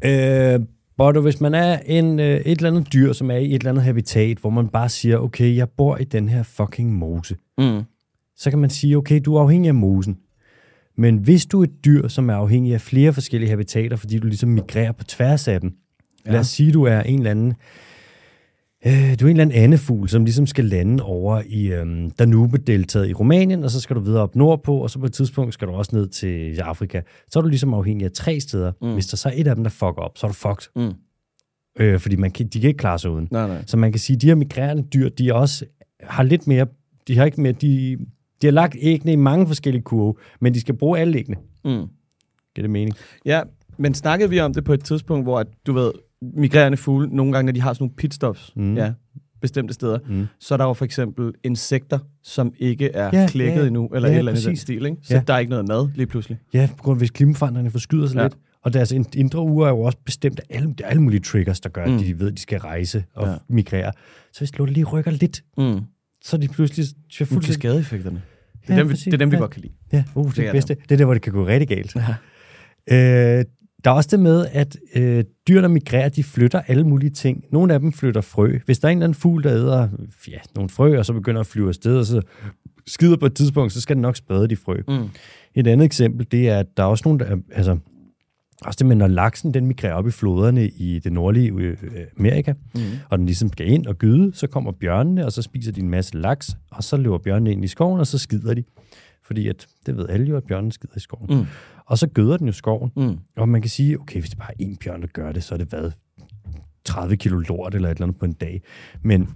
Øh, Bodo, hvis man er en, øh, et eller andet dyr, som er i et eller andet habitat, hvor man bare siger, okay, jeg bor i den her fucking mose,
Mm.
så kan man sige, okay, du er afhængig af mosen. Men hvis du er et dyr, som er afhængig af flere forskellige habitater, fordi du ligesom migrerer på tværs af dem, ja. lad os sige, du er en eller anden øh, du er en eller anden andefugl, som ligesom skal lande over i øh, Danube-deltaget i Rumænien, og så skal du videre op nordpå, og så på et tidspunkt skal du også ned til Afrika. Så er du ligesom afhængig af tre steder. Mm. Hvis der så er et af dem, der fucker op, så er du fucked.
Mm.
Øh, fordi man kan, de kan ikke klare sig uden.
Nej, nej.
Så man kan sige, at de her migrerende dyr, de er også har lidt mere, de har ikke mere, de, de har lagt æggene i mange forskellige kurve, men de skal bruge alle æggene.
Mm.
Giver det mening?
Ja, men snakkede vi om det på et tidspunkt, hvor at, du ved, migrerende fugle, nogle gange, når de har sådan nogle pitstops, mm. ja, bestemte steder, mm. så er der jo for eksempel insekter, som ikke er
Ja,
ja, klækket
ja,
ja, endnu, eller
ja,
ja, et eller andet i den
præcis.
stil, ikke? Så
Ja.
ja. der er ikke noget mad lige pludselig.
Ja, på grund af, hvis klimaforandringerne forskyder sig ja.
Ja.
lidt. Og deres ind- indre uger er jo også bestemt af alle, der er alle mulige triggers, der gør, mm. at de ved, at de skal rejse og ja.
Ja.
migrere. Så hvis lortet lige rykker lidt,
Mm.
så er de pludselig så
Fuldt til
fuldstændig...
skadeeffekterne. Det
Ja,
er, ja, dem, vi,
præcis.
det er dem, vi
Ja.
godt kan lide.
Ja, uh, det,
Det
det
er
bedste. Det er der, hvor det kan gå rigtig galt.
Ja.
Øh, der er også det med, at øh, dyr, der migrerer, de flytter alle mulige ting. Nogle af dem flytter frø. Hvis der er en eller anden fugl, der æder ja, nogle frø, og så begynder at flyve afsted, og så skider på et tidspunkt, så skal den nok sprede de frø. Mm. Et andet eksempel, det er, at der er også nogle, der, er- altså, også det med, når laksen den migrerer op i floderne i det nordlige øh, øh, Amerika, mm. og den ligesom skal ind og gyde, så kommer bjørnene, og så spiser de en masse laks, og så løber bjørnene ind i skoven, og så skider de. Fordi at, det ved alle jo, at bjørnen skider i skoven. Mm. Og så gøder den jo skoven. Mm. Og man kan sige, okay, hvis det bare er én bjørn, der gør det, så er det hvad? 30 kilo lort eller et eller andet på en dag. Men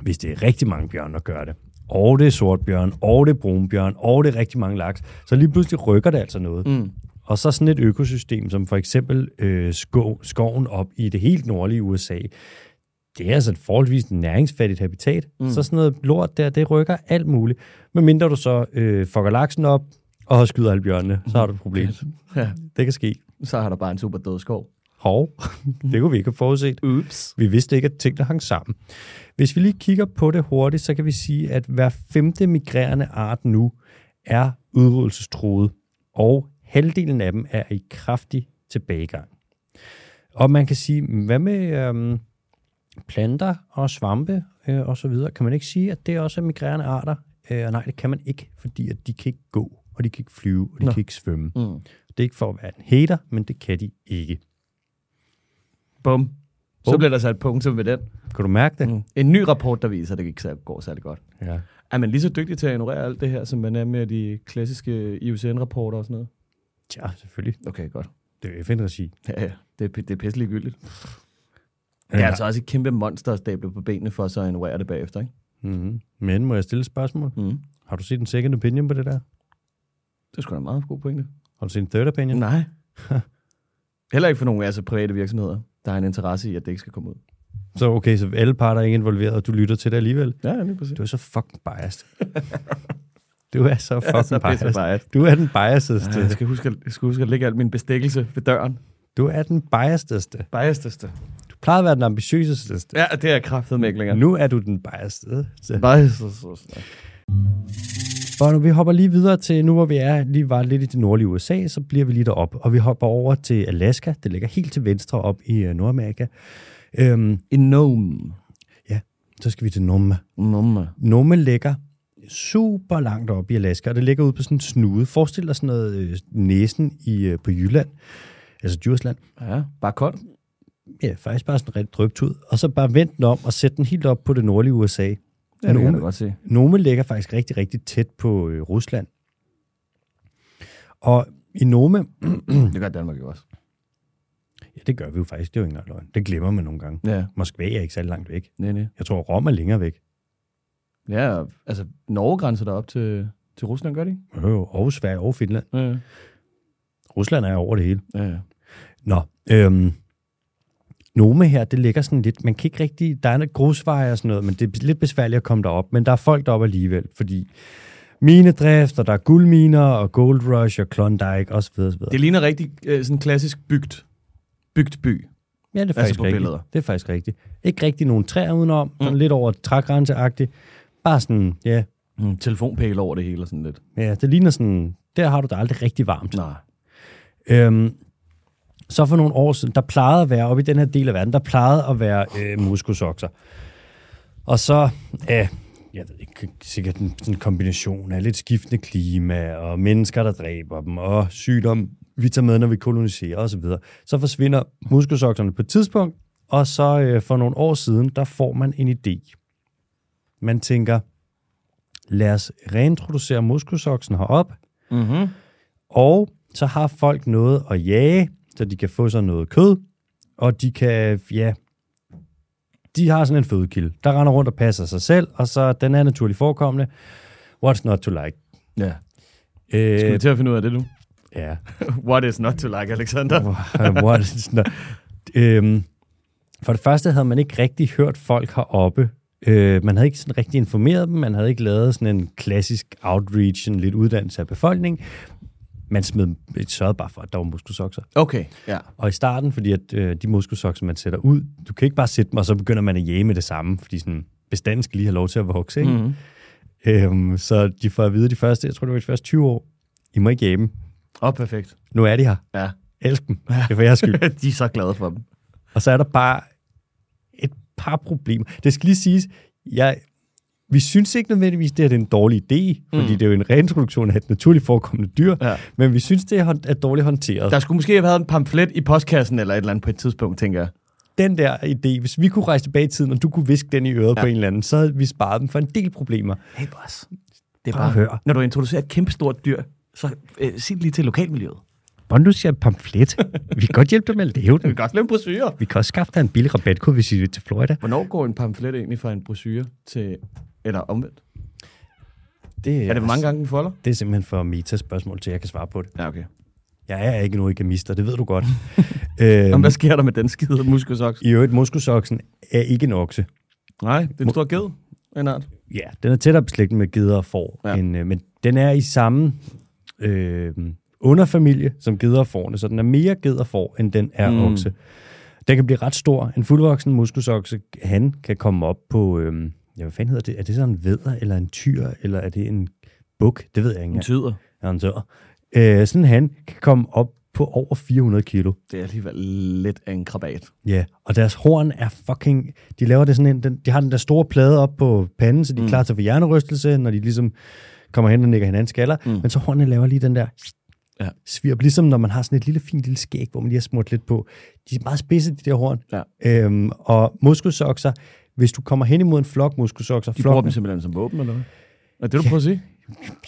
hvis det er rigtig mange bjørn, der gør det, og det er sortbjørn, og det er brunbjørn, og det er rigtig mange laks, så lige pludselig rykker det altså noget. Mm. Og så sådan et økosystem, som for eksempel øh, skov, skoven op i det helt nordlige USA, det er altså et forholdsvis næringsfattigt habitat. Mm. Så sådan noget lort der, det rykker alt muligt. Men mindre du så øh, fucker laksen op og skyder alle bjørnene, så har du et problem.
Ja.
Det kan ske.
Så har der bare en super død skov.
Hov, det kunne vi ikke have forudset.
Ups.
Vi vidste ikke, at tingene hang sammen. Hvis vi lige kigger på det hurtigt, så kan vi sige, at hver femte migrerende art nu er udryddelsestruet, og halvdelen af dem er i kraftig tilbagegang. Og man kan sige, hvad med øhm, planter og svampe øh, og så videre? Kan man ikke sige, at det også er migrerende arter? Øh, nej, det kan man ikke, fordi at de kan ikke gå, og de kan ikke flyve, og de Nå.
Nå.
kan ikke svømme.
Mm.
Det er ikke for at være en hater, men det kan de ikke.
Bum.
Bum.
Så bliver der sat punktum ved den.
Kan du mærke det?
Mm. En ny rapport, der viser, at det ikke går særlig godt.
Ja.
Er man lige så dygtig til at ignorere alt det her, som man er med de klassiske IUCN-rapporter og sådan noget?
Ja, selvfølgelig.
Okay, godt.
Det er jo FN-regi.
Ja, ja. Det, er- det er pisselig gyldigt. Det
Ja.
er altså også et kæmpe monster at stable på benene for så at ignorere det bagefter, ikke?
Mm-hmm. Men må jeg stille et spørgsmål?
Mm.
Har du set en second opinion på det der?
Det er sgu da en meget god pointe.
Har du set en third opinion?
Nej. Heller ikke for nogen altså private virksomheder, der har en interesse i, at det ikke skal komme ud.
Så okay, så alle parter er ikke involveret, og du lytter til det alligevel.
Ja, lige præcis.
Du er så fucking biased. Du er så fucking
så altså pisse
biased.
biased.
Du er den biasedeste.
Jeg skal, huske, at- jeg skal huske at lægge al min bestikkelse ved døren.
Du er den biasedeste.
Biasedeste.
Du plejede at være den ambitiøseste.
Ja, det er kraftet med ikke længere.
Nu er du den biasedeste.
Biasedeste.
Og nu, vi hopper lige videre til, nu hvor vi er, lige var lidt i det nordlige USA, så bliver vi lige deroppe. Og vi hopper over til Alaska. Det ligger helt til venstre op i øh, Nordamerika. Øhm,
Enorm.
så skal vi til Nome.
Nummer.
Nome ligger super langt op i Alaska, og det ligger ude på sådan en snude. Forestil dig sådan noget øh, næsen i, øh, på Jylland, altså Djursland.
Ja, bare koldt.
Ja, faktisk bare sådan ret drøbt ud. Og så bare vend den om og sæt den helt op på det nordlige USA.
Ja, det kan jeg
Nome-
da godt se.
Nome ligger faktisk rigtig, rigtig tæt på øh, Rusland. Og i Nome,
Det gør Danmark jo også.
ja, det gør vi jo faktisk, det er jo ingen løgn. Det glemmer man nogle gange.
Ja,
Moskva er ikke særlig langt væk.
nej, nej.
Jeg tror, Rom er længere væk.
Ja, og- altså Norge grænser der op til, til Rusland, gør de? ikke?
Øh, Og Sverige og Finland.
Ja, ja.
Rusland er over det hele.
ja. ja.
Nå, øhm, Nome her, det ligger sådan lidt, man kan ikke rigtig, der er noget grusveje og sådan noget, men det er lidt besværligt at komme derop, men der er folk deroppe alligevel, fordi minedrift, og der er guldminer, og gold rush, og Klondike, osv. osv.
Det ligner rigtig øh, sådan klassisk bygd. Bygd by.
Ja, det er faktisk
på
rigtigt.
billeder.
Det er faktisk rigtigt. Ikke rigtig nogen træer udenom, sådan lidt over trægrænseagtigt. Bare sådan, ja,
Mm, telefonpæl over det hele og sådan lidt.
ja, det ligner sådan, der har du det aldrig rigtig varmt.
Nej.
Øhm, så for nogle år siden, der plejede at være, oppe i den her del af verden, der plejede at være øh, muskosokser. Og så, øh, jeg ved ikke, sikkert en, sådan en kombination af lidt skiftende klima, og mennesker, der dræber dem, og sygdom, vi tager med, når vi koloniserer osv. Så forsvinder muskosokserne på et tidspunkt, og så øh, for nogle år siden, der får man en idé. Man tænker, lad os reintroducere muskosoksen herop,
Mm-hmm.
og så har folk noget at jage, så de kan få sig noget kød, og de kan, ja, de har sådan en fødekilde, der render rundt og passer sig selv, og så den er naturligt forekommende. What's not to like?
Ja. Skal vi
Øh,
til at finde ud af det nu?
ja,
What is not to like, Alexander?
what is not? Øhm, for det første havde man ikke rigtig hørt folk heroppe. Øh, man havde ikke sådan rigtig informeret dem, man havde ikke lavet sådan en klassisk outreach, en lidt uddannelse af befolkningen. Man smed, sørgede bare for, at der var muskelsokser.
Okay, ja.
Og i starten, fordi at øh, de muskelsokser, man sætter ud, du kan ikke bare sætte dem, og så begynder man at jage med det samme, fordi sådan, bestanden skal lige have lov til at vokse. Ikke?
Mm-hmm.
Mm. Øhm, så de får at vide de første, jeg tror det var de første 20 år, I må ikke jage dem.
Og perfekt.
Nu er de her.
Ja.
Elsk dem. Det er for jeres skyld.
De er så glade for dem.
og så er der bare et par problemer. Det skal lige siges, jeg, vi synes ikke nødvendigvis, det her det er en dårlig idé, fordi det er jo en reintroduktion af et naturligt forekommende dyr,
Mhm. Ja.
men vi synes, det er, hånd- er dårligt håndteret.
Der skulle måske have været en pamflet i postkassen eller et eller andet på et tidspunkt, tænker jeg.
den der idé, hvis vi kunne rejse tilbage i tiden, og du kunne viske den i øret ja. på en eller anden, så havde vi sparet dem for en del problemer.
Hey, boss. Det er
Prøv at høre.
Når du introducerer et kæmpestort dyr, så øh, sig det lige til lokalmiljøet.
Hvordan du siger pamflet? vi kan godt hjælpe dig med at lave
Du
den.
kan godt lave en brochure.
Vi kan også skaffe dig en billig rabatkode, hvis vi til Florida.
Hvornår går en pamflet egentlig fra en brochure til... Eller omvendt? Ja,
Det
er det, hvor mange gange den folder?
Det er simpelthen for meta-spørgsmål til, at jeg kan svare på det.
Ja, okay.
Jeg er ikke en origamister, det ved du godt. øhm,
Jamen, hvad sker der med den skide muskelsoks?
I øvrigt, muskelsoksen er ikke en okse.
Nej, det er en stor ged. En art.
Ja, den er tættere beslægtet med geder og får, ja.
Ja.
end, øh, men den er i samme øh, underfamilie som geder og forne, så den er mere geder og får, end den er mm.
Mm.
okse. Den kan blive ret stor. En fuldvoksen muskusokse, han kan komme op på, øh, ja, hvad fanden hedder det? Er det sådan en veder, eller en tyr, eller er det en buk? Det ved jeg ikke engang.
tyder.
Ja, en tyr. Øh, sådan han kan komme op på over 400 kilo.
Det er alligevel lidt af en krabat.
Ja, og deres horn er fucking... De laver det sådan en... Den, de har den der store plade op på panden,
Mm.
så de er klar til at få hjernerystelse, når de ligesom kommer hen og nikker hinanden skaller. Mm. Men så hornene laver lige den der
Ja.
svirp, ligesom når man har sådan et lille fint lille skæg, hvor man lige har smurt lidt på. De er meget spidse, de der horn.
Ja.
Øhm, og muskelsokser, hvis du kommer hen imod en flok muskelsokser,
De bruger dem simpelthen som våben, eller hvad? Er det, du prøver at sige?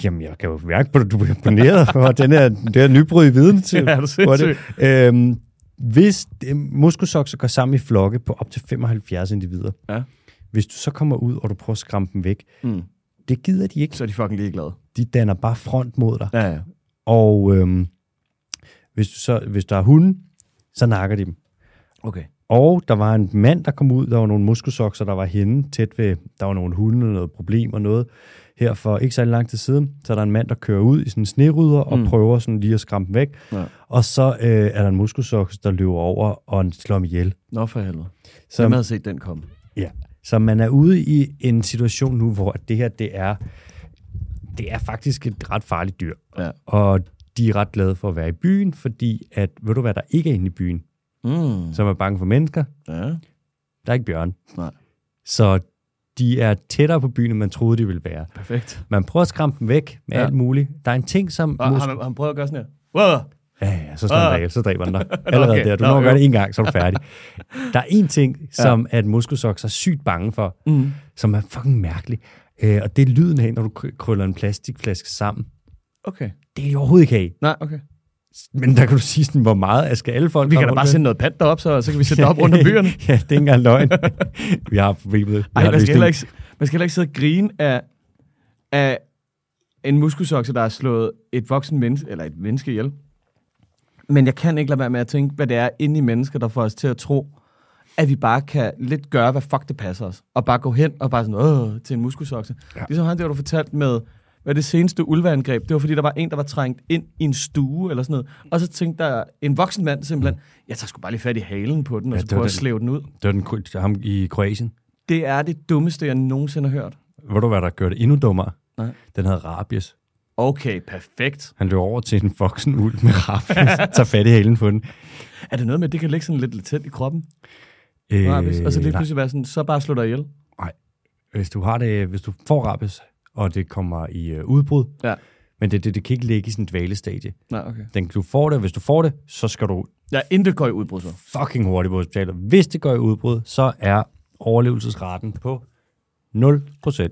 Jamen, jeg kan jo mærke på det, du er imponeret for den her, det her nybrud i viden til.
Ja, er du
hvor
sindssyg?
det. Øhm, hvis øh, muskelsokser går sammen i flokke på op til 75 individer,
Ja.
hvis du så kommer ud, og du prøver at skræmme dem væk,
Mm.
det gider de ikke.
Så er de fucking ligeglade.
De danner bare front mod dig. Ja.
Ja, ja.
Og øhm, hvis, du så, hvis der er hunde, så nakker de dem.
Okay.
Og der var en mand, der kom ud, der var nogle muskelsokser, der var henne tæt ved, der var nogle hunde, noget problem og noget. Her for ikke særlig lang tid siden, så er der en mand, der kører ud i sådan en snerydder og mm. prøver sådan lige at skræmme dem væk.
Ja.
Og så øh, er der en muskelsoks, der løber over og slår ham ihjel.
Nå for helvede. Så
Så,
havde set den komme.
ja. så man er ude i en situation nu, hvor det her, det er, det er faktisk et ret farligt dyr.
Ja.
Og de er ret glade for at være i byen, fordi at, ved du hvad, der ikke er inde i byen,
Mm.
som er bange for mennesker,
Ja.
der er ikke bjørn.
Nej.
Så de er tættere på byen, end man troede, de ville være.
Perfekt.
Man prøver at skræmme dem væk med
Ja.
ja. alt muligt. Der er en ting, som...
Og
mus-
har han, han prøvet at gøre sådan her. Wow.
Ja, ja, så slår han
Ah.
dig ihjel, så dræber han dig. Allerede
okay.
okay. der. Du
Nå,
når at gøre
jo.
det en gang, så er du færdig. Der er en ting, som at muskelsocks er sygt bange for, mm. som er fucking mærkelig. Øh, og det er lyden af, når du kry- kryller en plastikflaske sammen.
Okay.
Det er de overhovedet ikke af.
Nej, okay.
Men der kan du sige sådan, hvor meget af skal alle folk...
Vi
rende
kan da
rundt
bare
med?
sende noget pant derop, så, så kan vi sætte det op rundt om byerne.
ja, det er ikke engang løgn. vi har problemet. Vi
Ej,
har
man skal,
løsningen.
heller ikke, man skal heller ikke sidde og grine af, af en muskelsokse, der har slået et voksen menneske, eller et menneske ihjel. Men jeg kan ikke lade være med at tænke, hvad det er inde i mennesker, der får os til at tro, at vi bare kan lidt gøre, hvad fuck det passer os. Og bare gå hen og bare sådan, åh, til en muskelsokse. Ja. Ligesom han, det var du fortalt med, hvad det seneste ulveangreb, det var fordi, der var en, der var trængt ind i en stue eller sådan noget. Og så tænkte der en voksen mand simpelthen, jeg tager sgu bare lige fat i halen på den,
Mm.
og
Ja,
ja, så
det var
prøver at
den-
slæve den ud.
Det var den, kro- ham i Kroatien.
Det er det dummeste, jeg nogensinde har hørt.
Ved du, hvad der gjorde det endnu dummere?
Nej.
Den havde rabies.
Okay, perfekt.
Han løb over til en voksen ulv med rabies, tager fat i halen på den.
Er det noget med, at det kan ligge sådan lidt lidt tæt i kroppen?
Øh,
Rabies, og så lige
nej,
altså, pludselig være sådan, så bare slå dig ihjel.
hvis, du har det, hvis du får rabies, og det kommer i øh, udbrud,
Ja.
men det, det, det kan ikke ligge i sådan et dvalestadie.
Nej, okay.
Den, du får det, og hvis du får det, så skal du
Ja, intet går i udbrud så.
fucking hurtigt på hospitalet. Hvis det går i udbrud, så er overlevelsesraten på 0%.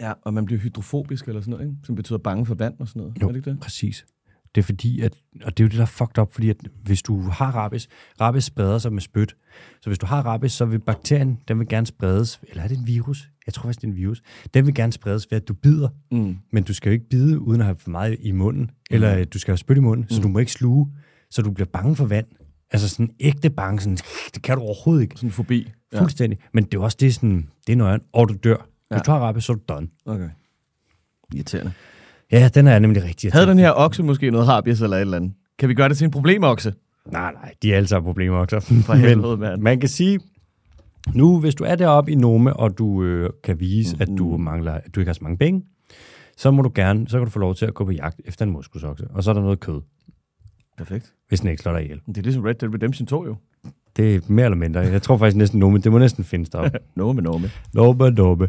Ja, og man bliver hydrofobisk eller sådan noget, ikke? Som betyder bange for vand og sådan noget.
Jo,
Er det ikke det?
præcis. Det er fordi, at, og det er jo det, der er fucked up, fordi at hvis du har rabies, rabies spreder sig med spyt. Så hvis du har rabies, så vil bakterien, den vil gerne spredes, eller er det en virus? Jeg tror faktisk, det er en virus. Den vil gerne spredes ved, at du bider.
Mm.
Men du skal jo ikke bide, uden at have for meget i munden, eller øh, du skal have spyt i munden,
Mm.
så du må ikke sluge, så du bliver bange for vand. Altså sådan ægte bange, sådan, det kan du overhovedet ikke.
Sådan en fobi. Ja.
Fuldstændig. Men det er jo også det er sådan, det er nøjeren, og du dør. Hvis du har rabies, så er du done.
Okay. Irriterende.
Ja, den er jeg nemlig rigtig.
Havde den her okse måske noget harbies eller et eller andet? Kan vi gøre det til en problemokse?
Nej, nej, de er alle sammen problemer også.
For helvede, mand.
man kan sige, nu hvis du er deroppe i Nome, og du øh, kan vise, mm-hmm. at du
Mhm.
mangler, at du ikke har så mange penge, så må du gerne, så kan du få lov til at gå på jagt efter en muskelsokse, og så er der noget kød,
Perfekt.
hvis den ikke slår dig ihjel.
Det er ligesom Red Dead Redemption 2 jo.
Det er mere eller mindre. Jeg tror faktisk næsten Nome, det må næsten findes deroppe.
No med no med.
Nome, Nome.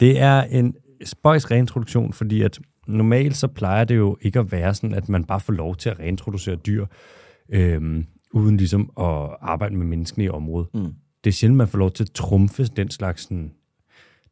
Det er en spøjs reintroduktion, fordi at normalt så plejer det jo ikke at være sådan, at man bare får lov til at reintroducere dyr, øhm, uden ligesom at arbejde med menneskene i området. Mm. Det er sjældent, man får lov til at trumfe den slags sådan,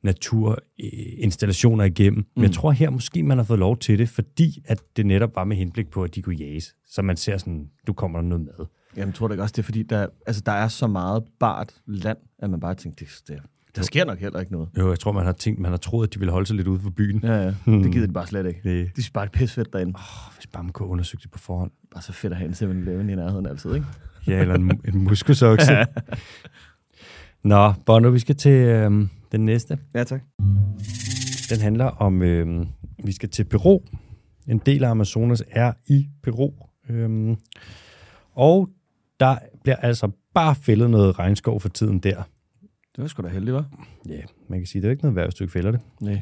naturinstallationer igennem. Mm. Men jeg tror her måske, man har fået lov til det, fordi at det netop var med henblik på, at de kunne jages. Så man ser sådan, du kommer der noget med.
Jamen, tror du ikke også, det er fordi, der, altså, der er så meget bart land, at man bare tænker, det, det, der sker nok heller ikke noget.
Jo, jeg tror, man har tænkt, man har troet, at de ville holde sig lidt ude for byen.
Ja, ja.
Hmm.
Det gider de bare slet ikke.
Det-
De synes bare, det er pissefedt derinde.
Hvis bare man kunne undersøge det på forhånd.
Bare så fedt at have en 7-Eleven i nærheden altid, ikke?
Ja, eller en, en muskelsokse. Nå, Bono, vi skal til øhm, den næste.
Ja, tak.
Den handler om, øhm, vi skal til Peru. En del af Amazonas er i Peru. Øhm, og der bliver altså bare fældet noget regnskov for tiden der.
Det var sgu da heldigt, var.
Ja, man kan sige, det er jo ikke noget værd, hvis du ikke fælder det.
Nej.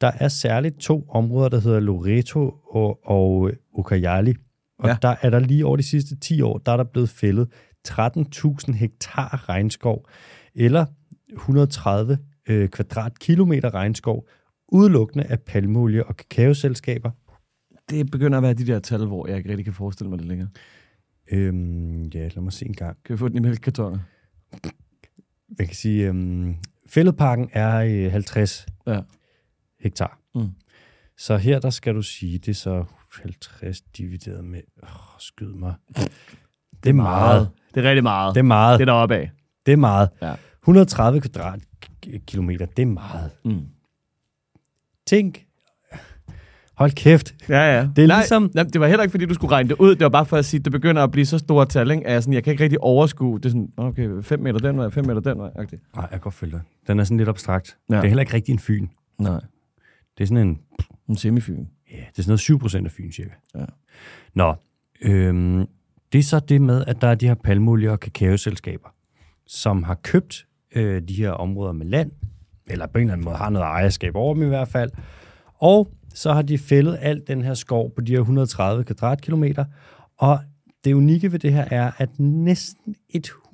Der er særligt to områder, der hedder Loreto og, og øh, Ucayali. Og
Ja.
ja. der er der lige over de sidste 10 år, der er der blevet fældet 13.000 hektar regnskov, eller 130 øh, kvadratkilometer regnskov, udelukkende af palmeolie- og kakaoselskaber.
Det begynder at være de der tal, hvor jeg ikke rigtig kan forestille mig det længere.
Øhm, ja, lad mig se en gang.
Kan vi få den i mælkekartoner?
Man kan sige, øhm, fældeparken er øh, 50
Ja.
hektar.
Mm.
Så her, der skal du sige, det er så 50 divideret med... Åh, skyd mig. Det er meget.
Det er rigtig meget.
Det er
Det,
meget.
det er deroppe af.
Det er meget.
Ja.
130 kvadratkilometer, det er meget.
Mm.
Tænk, Hold kæft.
Ja, ja.
Det er
nej,
ligesom-
Nej, det var heller ikke, fordi du skulle regne det ud. Det var bare for at sige, at det begynder at blive så store tal, ikke? At jeg, sådan, jeg kan ikke rigtig overskue. Det er sådan, "Nå, okay, 5 meter den vej, 5 meter den vej. Okay.
Nej, jeg kan godt følge dig. Den er sådan lidt abstrakt. Ja.
Ja.
Det er heller ikke rigtig en Fyn.
Nej,
Det er sådan en,
en semifyn.
ja, det er sådan noget 7 procent af Fyn cirka.
Ja.
Nå, øhm, det er så det med, at der er de her palmolie- og kakaoselskaber, som har købt øh, de her områder med land, eller på en eller anden måde har noget ejerskab over dem i hvert fald, og så har de fældet alt den her skov på de her 130 kvadratkilometer, og det unikke ved det her er, at næsten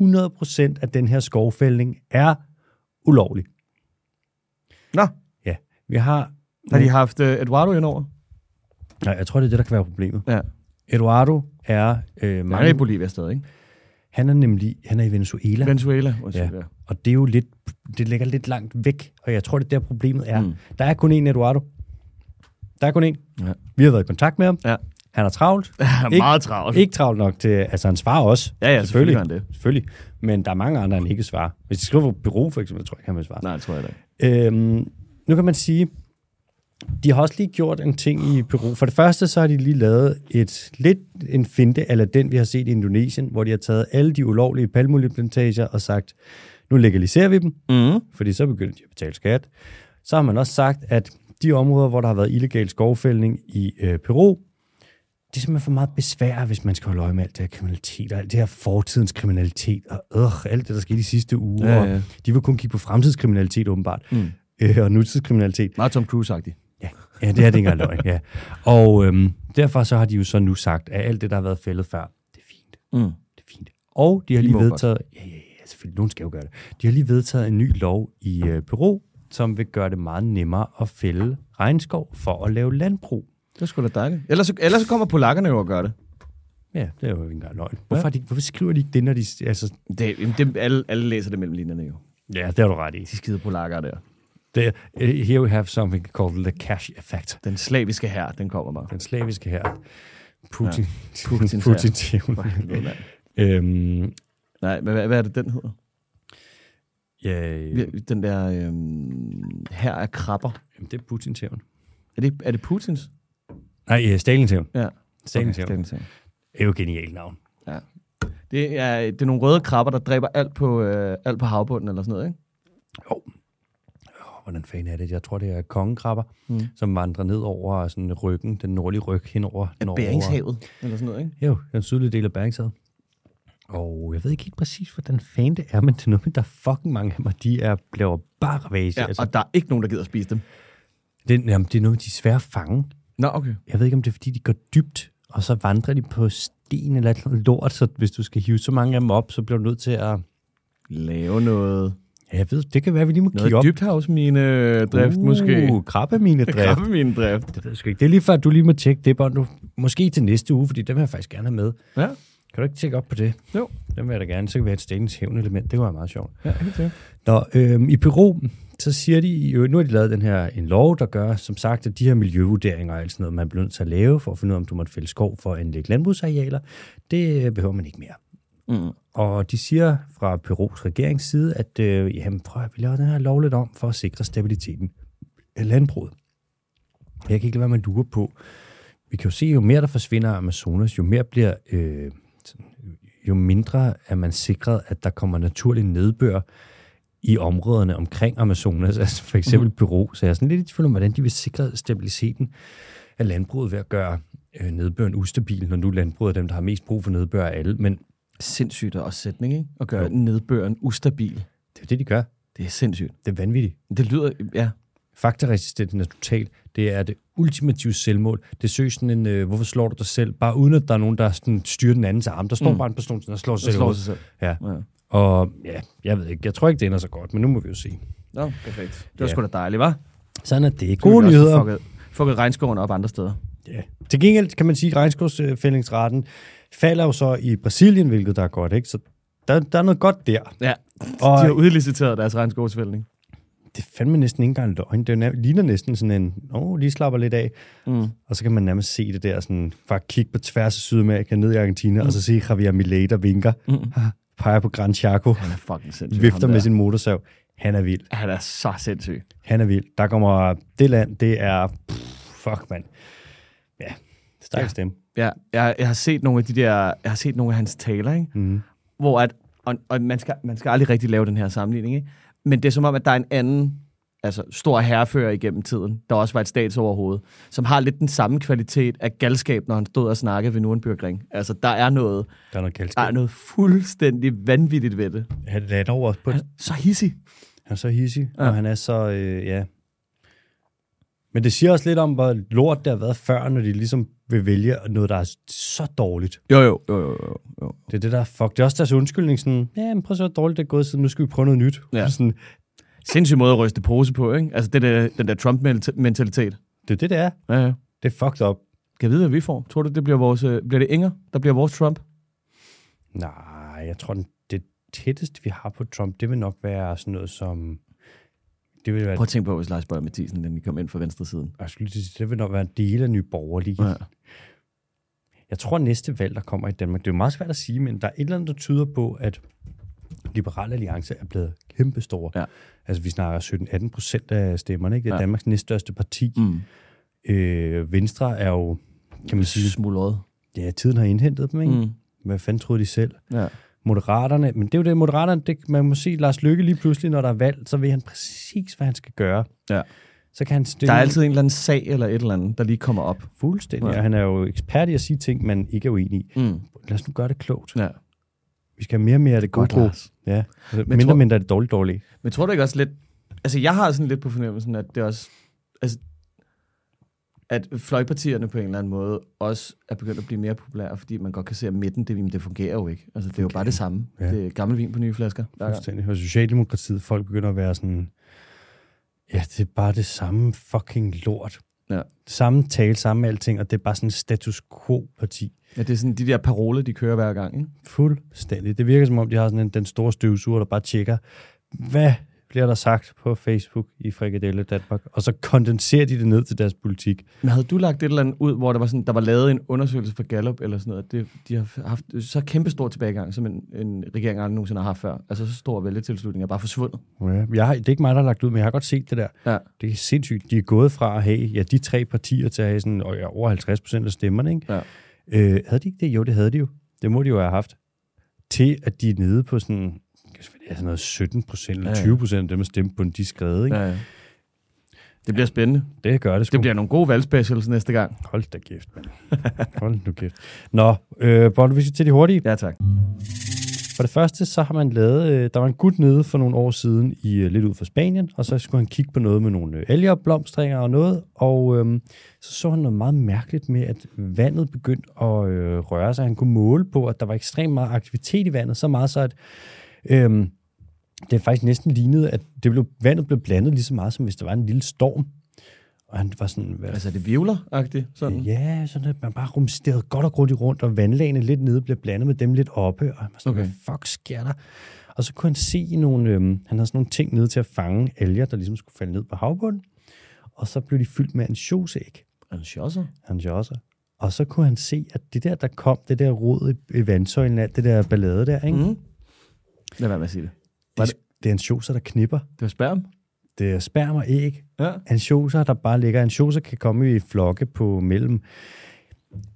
100% af den her skovfældning er ulovlig.
Nå,
Ja, vi har...
har de haft uh, Eduardo indover?
Nej, jeg tror, det er det, der kan være problemet.
Ja.
Eduardo er øh,
Han er i
mange,
Bolivia stadig, ikke?
han er nemlig han er i Venezuela, Men,
Venezuela.
ja.
undskyld, Ja.
og det er jo lidt, det ligger lidt langt væk, og jeg tror, det er der problemet er. Mm. Der er kun én Eduardo. Der er kun én.
Ja.
Vi har været i kontakt med ham.
Ja.
Han er travlt.
Han er
Ikke-
meget travlt.
Ikke travlt nok til, altså hans far også.
Ja, ja, selvfølgelig gør han det.
Selvfølgelig. Men der er mange andre, han ikke svarer. Hvis de skriver på bureau, for eksempel, tror jeg ikke, han vil svare.
Nej, det tror jeg da ikke.
Øhm, nu kan man sige, de har også lige gjort en ting i Peru. For det første, så har de lige lavet et lidt en finte, eller den vi har set i Indonesien, hvor de har taget alle de ulovlige palmolieplantager og sagt, nu legaliserer vi dem,
Mm.
fordi så begynder de at betale skat. Så har man også sagt, at de områder, hvor der har været illegal skovfældning i øh, Peru, det er simpelthen for meget besvær, hvis man skal holde øje med alt det her kriminalitet, og alt det her fortidens kriminalitet, og øh, alt det, der skete i sidste uge.
Ja,
og
ja.
De vil kun kigge på fremtidskriminalitet, åbenbart, mm. øh, og nutidskriminalitet.
Meget Tom Cruise-agtig.
Ja, ja det er det ikke engang løgn, ja. Og øhm, derfor så har de jo så nu sagt, at alt det, der har været fældet før, det er fint,
Mm.
det er fint. Og de har
De
lige
må godt.
vedtaget, ja, ja, ja, selvfølgelig, nogen skal jo gøre det. De har lige vedtaget en ny lov i øh, Peru, som vil gøre det meget nemmere at fælde regnskov for at lave landbrug.
Det er sgu da dejligt. Ellers, så- ellers så kommer polakkerne jo og gør det.
Ja, det er jo ikke engang løgn. Hvorfor, har de, hvorfor skriver de ikke det, når de... Altså,
det, jamen, det alle, alle læser det mellem linjerne jo.
ja, det har du ret i.
De skide polakker der.
Det, uh, here we have something called the cash effect.
Den slaviske her, den kommer bare.
Den slaviske her. Putin. Ja, Putin.
Putins
Putin.
For helvede, mand.
øhm,
Nej, men hvad, hvad er det, den hedder?
ja, øh,
Vi- Den der øhm, her er krabber.
Jamen, det er Putins hævn.
Er det, er det Putins?
Nej, ja, Stalins hævn.
Ja.
Stalins hævn.
Stalins hævn.
Det er jo et genialt navn.
Ja. Det er, det er nogle røde krabber, der dræber alt på, øh, alt på havbunden eller sådan noget, ikke?
Oh, hvordan fanden er det? Jeg tror, det er kongekrabber, mm. som vandrer ned over sådan ryggen, den nordlige ryg henover. Norge.
Bæringshavet eller sådan noget, ikke?
Jo, den sydlige del af Bæringshavet. Og jeg ved ikke helt præcis, hvordan fanden det er, men det er noget med, der er fucking mange af dem, og de er, laver bare ravage.
Ja,
altså,
og der er ikke nogen, der gider at spise dem.
det, jamen, det er noget med, de er svære at fange.
Nå, okay.
Jeg ved ikke, om det er, fordi de går dybt, og så vandrer de på sten eller et eller andet lort, så hvis du skal hive så mange af dem op, så bliver du nødt til at...
Lave noget.
Ja, jeg ved, det kan være, at vi lige må
Noget
kigge op.
dybthavsminedrift, måske.
Uh, krabbemine-drift.
Krabbemine-drift.
Det ved jeg sgu ikke. Det er lige før, du lige må tjekke det, Bånd. Du- Måske til næste uge, fordi den vil jeg faktisk gerne have med.
Ja,
Kan du ikke tjekke op på det?
jo.
Den vil jeg da gerne. Så kan vi have et stenens hævn-element. Det kunne være meget sjovt.
Ja, helt sikkert.
Nå, øhm, i Peru, så siger de, i øvrigt- nu har de lavet den her en lov, der gør, som sagt, at de her miljøvurderinger og alt sådan noget, man bliver nødt til at lave for at finde ud af, om du måtte fælde skov for at anlægge landbrugsarealer, det øh, behøver man ikke mere.
Mm.
Og de siger fra Perus regerings side, at øh, jamen, prøv at vi laver den her lov lidt om for at sikre stabiliteten af landbruget. Jeg kan ikke lade være med at lure på. Vi kan jo se, jo mere der forsvinder af Amazonas, jo mere bliver, øh, sådan, jo mindre er man sikret, at der kommer naturlig nedbør i områderne omkring Amazonas, altså for eksempel Peru. Så jeg er sådan lidt i tvivl om, hvordan de vil sikre stabiliteten af landbruget ved at gøre øh, nedbøren ustabil, når nu landbruget er dem, der har mest brug for nedbør af alle. Men
Sindssygt og sætning, ikke? At gøre nedbøren ustabil.
det er jo det, de gør.
Det er sindssygt.
Det er vanvittigt.
Det lyder, ja.
Faktaresistensen er total. Det er det ultimative selvmål. Det søger sådan en, øh, hvorfor slår du dig selv? Bare uden at der er nogen, der sådan styrer den andens arm. Der står mm. bare en person, der slår sig
Det
selv.
slår
Slår
sig selv.
Ja.
Ja.
Og ja, jeg ved ikke. Jeg tror ikke, det ender så godt, men nu må vi jo se.
Nå, perfekt. Det var
Ja.
sgu da dejligt, hva'?
Sådan er det. Gode nyheder.
Fucket, fucket regnskoven op andre steder.
Ja. Til gengæld kan man sige, at regnskovsfældingsraten falder jo så i Brasilien, hvilket der er godt, ikke? Så der, der er noget godt der.
Ja.
Og
De har udliciteret deres regnskovsfældning.
det er fandme næsten ikke engang løgn. Det er jo nær- ligner næsten sådan en, åh, lige slapper lidt af. Mm. Og så kan man nærmest se det der, sådan, bare kigge på tværs af Sydamerika, ned i Argentina, mm. og så se Javier Milei, der vinker, mm. peger på Gran Chaco,
Han er fucking sindssyg.
vifter
ham
med
der.
sin motorsav. Han er vild.
Han er så sindssyg.
Han er vild. Der kommer det land, det er, pff, fuck mand. Ja, stærk ja. stemme.
Ja, jeg, jeg har set nogle af de der, jeg har set nogle af hans taler, ikke?
Mm.
hvor at, og, og man, skal, man skal aldrig rigtig lave den her sammenligning, ikke? men det er som om, at der er en anden altså, stor herrefører igennem tiden, der også var et statsoverhoved, som har lidt den samme kvalitet af galskab, når han stod og snakkede ved Nürnbergring. Altså, der er noget,
Der er noget
der
galskab.
er noget fuldstændig vanvittigt ved det.
Han lander over på et
Altså, Så hissig.
Han er så hissig, ja. og han er så, øh, ja... Men det siger også lidt om, hvor lort det har været før, når de ligesom vil vælge noget, der er så dårligt.
Jo, jo, jo, jo, jo, jo.
Det er det, der er fuck. Det er også deres undskyldning, sådan, ja, men prøv at se, hvor dårligt det er gået, så nu skal vi prøve noget nyt.
Ja.
Sådan,
Sindssyg måde at ryste pose på, ikke? Altså, det der, den der Trump-mentalitet.
det er det, det er.
Ja, ja.
Det er fucked up.
Kan jeg vide, hvad vi får? Tror du, det bliver vores... øh, Bliver det Inger, der bliver vores Trump?
Nej, jeg tror, den- det tætteste, vi har på Trump, det vil nok være sådan noget som... Det vil, være,
Prøv at tænke på, hvis Lars Bøger Mathisen, den kom ind fra venstre siden.
jeg skulle lige til at sige, det vil nok være en del af nye borgerlige.
Ja.
Jeg tror, næste valg, der kommer i Danmark, det er jo meget svært at sige, men der er et eller andet, der tyder på, at Liberal Alliance er blevet kæmpestor.
Ja.
Altså, vi snakker 17-18 procent af stemmerne, ikke? Det er
Ja.
ja. Danmarks næststørste parti.
Mm.
Øh, Venstre er jo, kan man sige,
Smuldret.
ja, tiden har indhentet dem, ikke? Mm.
Mm.
Hvad fanden troede de selv?
Ja.
Moderaterne, men det er jo det, Moderaterne, det, man må se Lars Lykke lige pludselig, når der er valg, så ved han præcis, hvad han skal gøre.
Ja.
Så kan han stille
Der er altid en eller anden sag eller et eller andet, der lige kommer op.
fuldstændig,
Ja.
ja. og han er jo ekspert i at sige ting, man ikke er uenig i.
Mm.
Lad os nu gøre det klogt.
Ja.
Vi skal have mere og mere af det gode.
Godt,
gode.
Lars.
Ja, altså,
Men
mindre
tror-
tror... mindre er det dårligt dårligt.
Men tror du ikke også lidt... Altså, jeg har sådan lidt på fornemmelsen, at det også... Altså, at fløjpartierne på en eller anden måde også er begyndt at blive mere populære, fordi man godt kan se, at midten, det, jamen, det fungerer jo ikke. Altså, det er jo bare det samme. Ja.
Ja.
Det er gammel vin på nye flasker. hver gang.
Fuldstændig. Og Socialdemokratiet, folk begynder at være sådan, ja, det er bare det samme fucking lort.
Ja.
Samme tale, samme alting, og det er bare sådan et status quo-parti.
Ja, det er sådan de der paroler, de kører hver gang, ikke?
Fuldstændig. Det virker som om, de har sådan en, den store støvsuger, der bare tjekker, hvad bliver der sagt på Facebook i Frikadelle Danmark, og så kondenserer de det ned til deres politik.
Men havde du lagt et eller andet ud, hvor der var, sådan, der var lavet en undersøgelse fra Gallup eller sådan noget, at det, de har haft så kæmpe stor tilbagegang, som en, en regering aldrig nogensinde har haft før. Altså så stor vælgetilslutning er bare forsvundet.
Ja, jeg har, det er ikke mig, der har lagt ud, men jeg har godt set det der.
Ja.
Det er sindssygt. De er gået fra at have ja, de tre partier til at have sådan, og ja, over 50 procent af stemmerne. Ikke?
Ja.
Øh, havde de ikke det? Jo, det havde de jo. Det må de jo have haft. Til at de er nede på sådan, det er sådan noget 17 procent eller
Ja, ja.
20 procent af dem, der stemte på den, de skrev. Ikke? Ja.
Ja. Uh. Det bliver spændende.
Det gør det sgu.
Det bliver nogle gode valgspecials næste gang.
Hold da kæft, mand. Hold nu kæft. Nå, øh, Bolle, vi skal til de hurtige.
Ja, tak.
For det første, så har man lavet, øh, der var en gut nede for nogle år siden, i øh, lidt ud for Spanien, og så skulle han kigge på noget med nogle øh, algeopblomstringer og noget, og øh, så så han noget meget mærkeligt med, at vandet begyndte at øh, røre sig. Han kunne måle på, at der var ekstremt meget aktivitet i vandet, så meget så, at øh, det faktisk næsten lignede, at det blev, vandet blev blandet lige så meget, som hvis der var en lille storm. Og han var sådan, hvad
Altså, er det vivler-agtigt? Sådan?
Ja, sådan at man bare rumsterede godt og grundigt rundt, og vandlagene lidt nede blev blandet med dem lidt oppe, og han var sådan,
Okay.
okay. hvad fuck sker der? Og så kunne han se nogle, øhm, han havde sådan nogle ting nede til at fange alger, der ligesom skulle falde ned på havbunden, og så blev de fyldt med ansjosæg,
Er det sjosser?
han også. Og så kunne han se, at det der, der kom, det der rod i, i vandsøjlen, alt det der ballade der, ikke? Mm.
Mm. Lad være med at sige det.
Det, det er ansjoser, der knipper.
Det var sperm.
Det er sperm og æg,
Ja.
ansjoser, der bare ligger. Ansjoser kan komme i flokke på mellem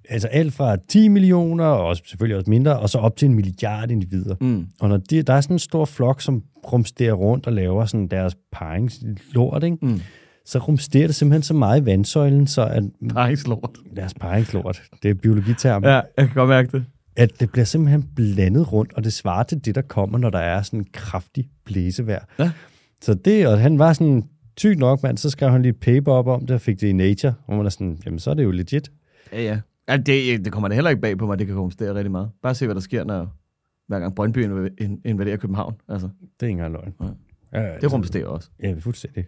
altså alt fra 10 millioner, og også, selvfølgelig også mindre, og så op til en milliard individer.
Mm.
Og når de, der er sådan en stor flok, som rumsterer rundt og laver sådan deres paringslort, ikke?
Mm.
så rumsterer det simpelthen så meget i vandsøjlen, så at mm,
Nej, slort.
deres paringslort, det er biologiterm, ja.
Ja, jeg kan godt mærke det.
at det bliver simpelthen blandet rundt, og det svarer til det, der kommer, når der er sådan en kraftig blæsevejr.
Ja.
Så det, og han var sådan, sygt nok mand, så skrev han lige et paper op om det, og fik det i Nature, hvor man er sådan, jamen så er det jo legit.
Ja, ja. Altså, det, det kommer da heller ikke bag på mig, det kan konstere rigtig meget. Bare se, hvad der sker, når hver gang Brøndby inv- in- invaderer København. Altså,
Det er ikke engang løgn.
Nej.
Ja, ja,
det rumsterer også.
Ja, fuldstændig.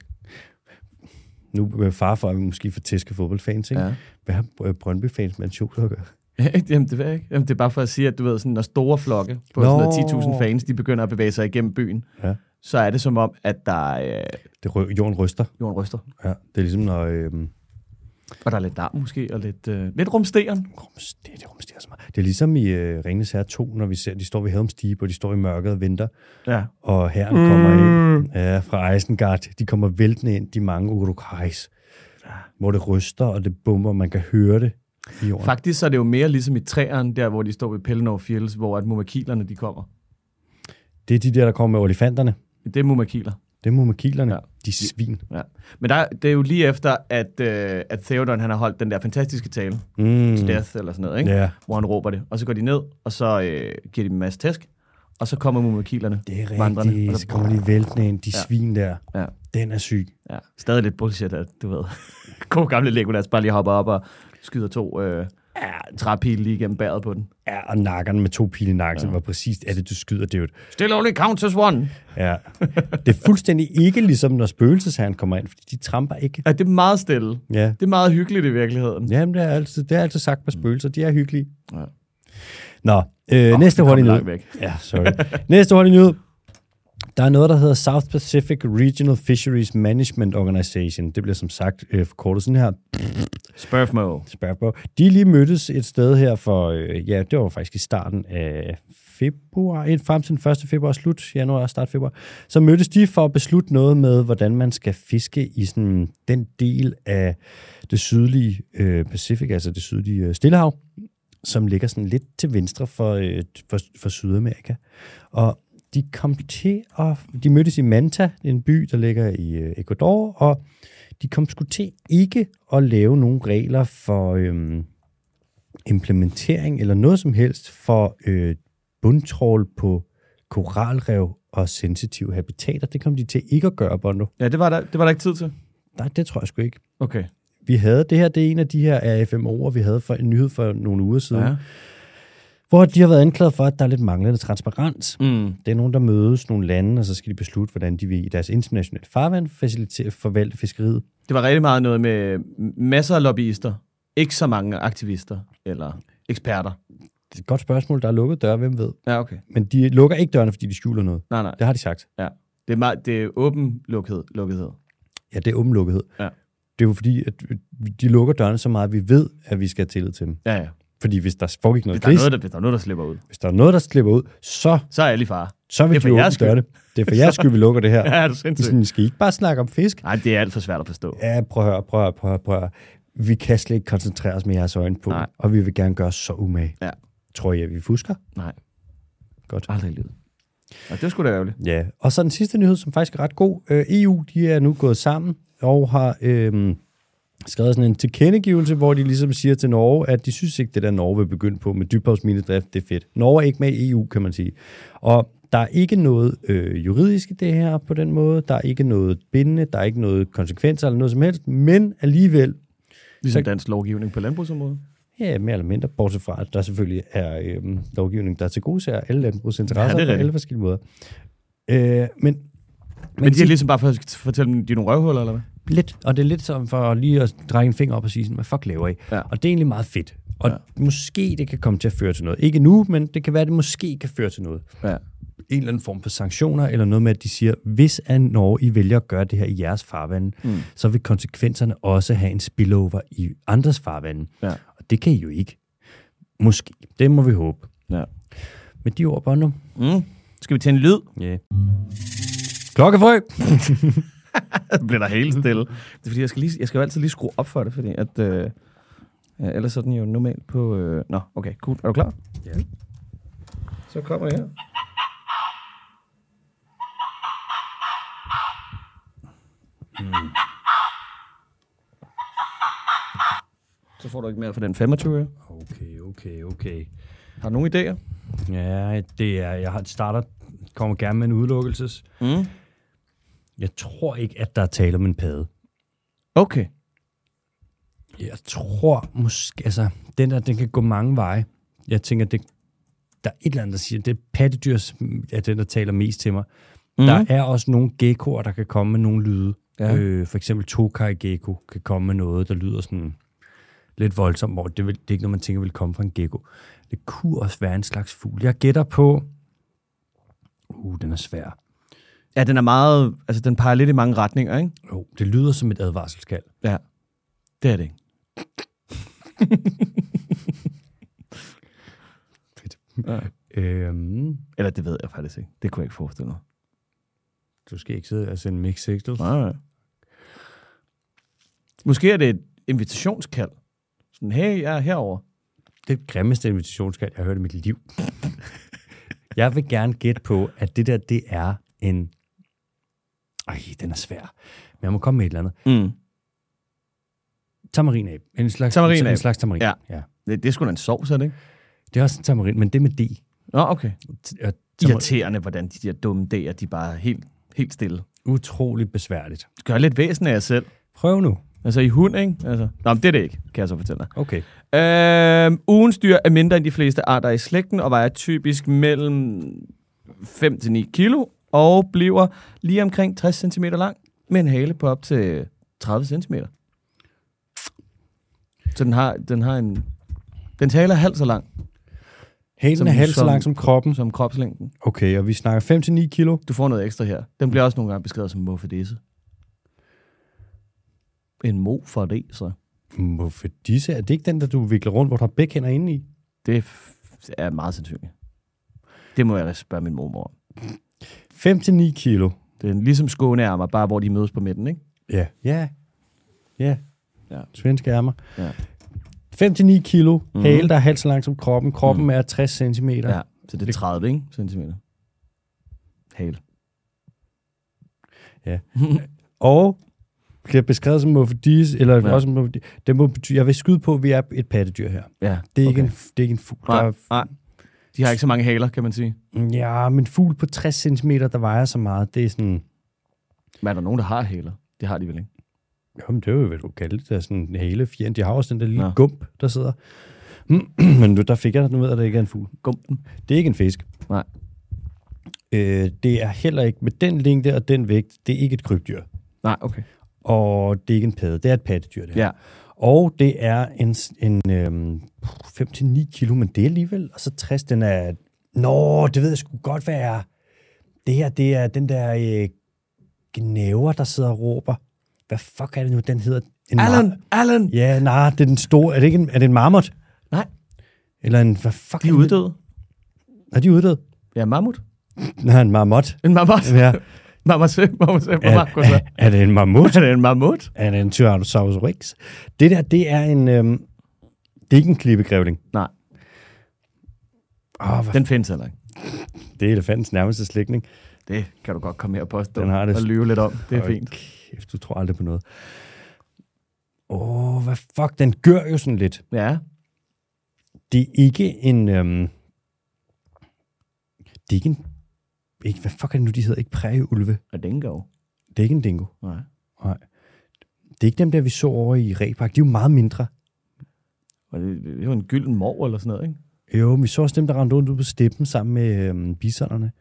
Nu er far for, at vi måske får tæske fodboldfans, ikke? Ja.
Ja.
Hvad har Br- Brøndby-fans med Ansjoler at gøre?
Jamen, det ved jeg ikke. Jamen, det er bare for at sige, at du ved, sådan, når store flokke på
Nå.
sådan noget 10.000 fans, de begynder at bevæge sig igennem byen,
Ja.
så er det som om, at der er øh,
Det rø- jorden ryster.
jorden ryster.
Ja. Det er ligesom, når... Øhm,
Og der er lidt larm måske, og lidt, øh, lidt rumsteren.
rums, det, det rumsterer så meget. Det er ligesom i øh, Ringnes Herre 2, når vi ser, de står ved Helm's Deep, og de står i mørket og venter,
Ja.
og herren kommer ind ja, fra Isengard. De kommer væltende ind, de mange urukais, hvor det ryster, og det bummer, man kan høre det i jorden.
Faktisk så er det jo mere ligesom i træerne, der hvor de står ved Pellenov Fjells, hvor at mumakilerne de kommer.
Det er de der, der kommer med olifanterne.
Det er mumakiler.
Det er mumakilerne.
Ja.
Ja. De er svin.
Ja. Men der, det er jo lige efter, at, øh, at Theodon han har holdt den der fantastiske tale, mm.
Mm.
Death eller sådan noget, ikke?
Ja,
hvor han råber det. Og så går de ned, og så øh, giver de dem en masse tæsk, og så kommer mumakilerne.
det er
vandrende, og
rigtigt.
så-
Så kommer de væltende ind. De
Ja.
svin der.
Ja.
Den er syg.
Ja. Stadig lidt bullshit, at du ved. God gamle Legolas bare lige hopper op og skyder to øh, træpile lige igennem bæret på den.
Ja, og nakkerne med to pile i nakken, ja. var præcis, er det, du skyder, det er jo et
Still only counts as one.
Ja. Det er fuldstændig ikke ligesom, når spøgelsesherren kommer ind, fordi de tramper ikke.
Ja, det er meget stille.
Ja.
Det er meget hyggeligt i virkeligheden.
Jamen, det er altid, det er altid sagt med spøgelser. De er hyggelige.
Ja.
Nå, øh, oh, næste
vi kom
hurtig
langt
nyhed.
væk.
Ja, sorry. næste hurtig nyhed. Der er noget, der hedder South Pacific Regional Fisheries Management Organization. Det bliver som sagt øh, forkortet sådan her.
Spurfmo.
Spørg på. De lige mødtes et sted her for, øh, ja, det var faktisk i starten af februar, ind frem til den 1. februar, slut januar og start februar. Så mødtes de for at beslutte noget med, hvordan man skal fiske i sådan den del af det sydlige øh, Pacific, altså det sydlige øh, Stillehav, som ligger sådan lidt til venstre for, øh, for, for Sydamerika. Og de kom til at, de mødtes i Manta, en by, der ligger i øh, Ecuador, og de kom sgu til ikke at lave nogle regler for øhm, implementering eller noget som helst for øh, bundtrål på koralrev og sensitive habitater. Det kom de til ikke at gøre, Bondo.
Ja, det var, der, det var der ikke tid til.
Nej, det tror jeg sgu ikke.
Okay.
Vi havde, det her det er en af de her AFMO'er, vi havde for en nyhed for nogle uger siden, ja.
Ja.
hvor de har været anklaget for, at der er lidt manglende transparens.
Mm.
Det er nogen, der mødes nogle lande, og så skal de beslutte, hvordan de vil i deres internationale farvand facilitere forvalte fiskeriet.
Det var rigtig meget noget med masser af lobbyister. Ikke så mange aktivister eller eksperter.
Det er et godt spørgsmål. Der er lukket døre, hvem ved?
Ja, okay.
Men de lukker ikke dørene, fordi de skjuler noget.
Nej, nej.
Det har de sagt.
Ja. Det er, meget, det er åben lukkethed. lukkethed.
Ja, det er åben lukkethed.
Ja.
Det er jo fordi, at øh, de lukker dørene så meget, at vi ved, at vi skal have tillid til dem.
Ja, ja.
Fordi hvis der foregik
Hvis
noget
der, er
gris,
noget, der, hvis der er noget, der slipper ud,
hvis der er noget, der slipper ud, så,
så er jeg lige far.
så
Det er
vil
for
de åbne
jeres skyld.
dørene. Det er for jeres skyld, vi lukker det her.
Ja, er du
Det er
sindssyg?
sådan, skal I ikke bare snakke om fisk?
Nej, det er alt for svært at forstå.
Ja, prøv at høre, prøv at høre, prøv at høre, prøv at høre. Vi kan slet ikke koncentrere os med jeres øjne på,
Nej.
og vi vil gerne gøre os så umage.
Ja.
Tror I, at vi fusker?
Nej.
Godt.
Aldrig i livet. Og det skulle da ærgerligt.
Ja, og så den sidste nyhed, som faktisk er ret god. Øh, EU, de er nu gået sammen og har øh, skrevet sådan en tilkendegivelse, hvor de ligesom siger til Norge, at de synes ikke, det der Norge vil begynde på med dybhavsminedrift, det er fedt. Norge er ikke med i EU, kan man sige. Og der er ikke noget øh, juridisk i det her på den måde. Der er ikke noget bindende, der er ikke noget konsekvenser eller noget som helst. Men alligevel,
Ligesom dansk lovgivning på landbrugsområdet.
ja, mere eller mindre, bortset fra, at der selvfølgelig er øh, lovgivning, der til gode ser alle landbrugsinteresser
Ja, det er
ja, på
rigtigt.
alle forskellige måder. Øh, men
Men, Men de har ligesom bare for at fortælle dem, de er nogle røvhuller, eller hvad?
lidt, og det er lidt som for lige at dreje en finger op og sige sådan, hvad fuck laver I?
Ja.
Og det er egentlig meget fedt. Og ja. måske det kan komme til at føre til noget. Ikke nu, men det kan være, at det måske kan føre til noget.
Ja.
En eller anden form for sanktioner, eller noget med, at de siger, hvis at Norge I vælger at gøre det her i jeres farvande, mm. så vil konsekvenserne også have en spillover i andres farvande.
Ja.
Og det kan I jo ikke. Måske. Det må vi håbe.
ja.
Med de ord, Bono.
Mm. Skal vi tænde lyd?
Yeah. Klokkefrø!
Så bliver der helt stille. Det er fordi, jeg skal, lige, jeg skal jo altid lige skrue op for det, fordi at... Øh, ja, ellers er den jo normalt på... Øh, nå, okay, cool. Er du klar?
Ja.
Så kommer det her. Hmm. Så får du ikke mere for den 25.
Okay, okay, okay.
Har du nogen idéer?
Ja, det er, jeg har- starter, kommer gerne med en udelukkelses.
Mm.
Jeg tror ikke, at der er tale om en pade.
Okay.
Jeg tror måske, altså, den der, den kan gå mange veje. Jeg tænker, det, der er et eller andet, der siger, det er pattedyr, som er den, der taler mest til mig. Mm. Der er også nogle geckoer, der kan komme med nogle lyde.
Ja.
Ja. Øh, for eksempel tokaj gecko kan komme med noget, der lyder sådan lidt voldsomt, hvor det, vil, det er ikke noget, man tænker vil komme fra en gecko. Det kunne også være en slags fugl. Jeg gætter på... Uh, den er svær.
Ja, den er meget... Altså, den peger lidt i mange retninger, ikke?
Jo, det lyder som et advarselskald.
Ja. Det er det ikke.
Fedt.
Ja.
Øhm,
Eller det ved jeg faktisk ikke. Det kunne jeg ikke forestille mig.
du skal ikke sidde og sende mix signals.
Nej. Måske er det et invitationskald. Sådan, hey, jeg er herover.
Det grimmeste invitationskald, jeg har hørt i mit liv. jeg vil gerne gætte på, at det der, det er en... Ej, den er svær. Men jeg må komme med et eller andet.
Mm.
Tamarinabe. En slags,
Tamarinabe.
En slags tamarin.
Ja.
ja.
Det, det er sgu da en sovs, er det ikke?
Det er også en tamarin, men det med D.
Nå, okay.
T- og Tamarin,
Irriterende, hvordan de der dumme D'er, de bare er helt, helt stille.
utrolig besværligt.
Gør lidt væsen af jer selv.
Prøv nu.
Altså i hund, ikke? Altså. Nå, men det er det ikke, kan jeg så fortælle dig.
Okay.
Øhm, ugens dyr er mindre end de fleste arter i slægten, og vejer typisk mellem 5-9 kilo, og bliver lige omkring 60 cm lang, med en hale på op til 30 cm. Så den har, den har en... Den taler halvt så lang
Hælen
Som-
er halvt så
som-
lang som ligesom- kroppen.
som kropslængden.
Okay, og vi snakker 5-9 kilo.
Du får noget ekstra her. Den bliver også nogle gange beskrevet som mofedisse. En mofadese.
Muffedisse, er det ikke den, der du vikler rundt, hvor der er begge hænder inde i?
Det f- er meget sandsynligt. Det må jeg spørge min mormor om.
5-9 kilo.
Det er ligesom skåneærmer, bare hvor de mødes på midten, ikke?
Ja. Ja. Ja.
Ja.
Svenske ærmer.
Ja.
5-9 kilo.
Mhm.
Mm. Hale, der er halvt så lang som kroppen. Kroppen mm. er 60 cm. Ja.
Så det er 30, ikke? Centimeter. Hale.
Og bliver beskrevet som muffedisse, eller
Ja.
ja. også som muffedisse. Det må betyde, jeg vil skyde på, at vi er et pattedyr her.
Ja.
Det er, okay. ikke, en, det er ikke en fugl. Der
Nej,
er,
nej. De har ikke så mange haler, kan man sige.
ja, men fugl på 60 cm, der vejer så meget, det er sådan...
Men er der nogen, der har haler? Det har de vel ikke?
Jamen, det er jo, hvad du kalder det. Der er sådan en hele fjern. De har også den der lille
Nå.
ja. gump, der sidder. Men nu, der fik jeg, nu ved jeg, at det ikke er en fugl.
Gumpen.
Det er ikke en fisk.
Nej.
Øh, det er heller ikke, med den længde og den vægt, det er ikke et krybdyr.
Nej, okay.
Og det er ikke en padde, det er et pattedyr, det her.
Ja.
Og det er en, s- en øhm, 5-9 kilo, men det er alligevel, og så 60, den er... Nå, det ved jeg sgu godt, hvad er. Det her, det er den der øh, gnæver, der sidder og råber. Hvad fuck er det nu, den hedder? En mar-
Allen, Allen!
Ja, nej, det er den store. Er det ikke en, er det en marmot?
Nej,
Eller en, hvad fuck?
de
er
er
det?
uddøde.
Er de uddøde?
Ja, mammut.
Nej, en marmot.
En mammut.
Ja.
Mammut, mammut,
Er, er,
mammut.
er det en mammut?
Er det en mammut?
Er det en Tyrannosaurus rex? Det der, det er en... Øhm, det er ikke en klippegrævling.
Nej,
Åh, hvad
den findes heller ikke.
f- det er elefantens nærmeste slægtning.
Det kan du godt komme her og påstå.
Den har det-
Og lyve lidt om. Det er fint.
Kæft, du tror aldrig på noget. Åh, hvad fuck, den gør jo sådan lidt.
Ja,
Det er ikke en... Øhm, det er ikke en... Ikke, hvad fuck er det nu, de hedder? Ikke prærieulve.
og den går.
Det er ikke en dingo.
Nej.
Det er ikke dem der, vi så over i Repark. De er jo meget mindre.
Og det, det var en gylden mor eller sådan noget, ikke?
Jo, men vi så også dem, der rendte rundt ude på steppen sammen med øhm, bisonerne.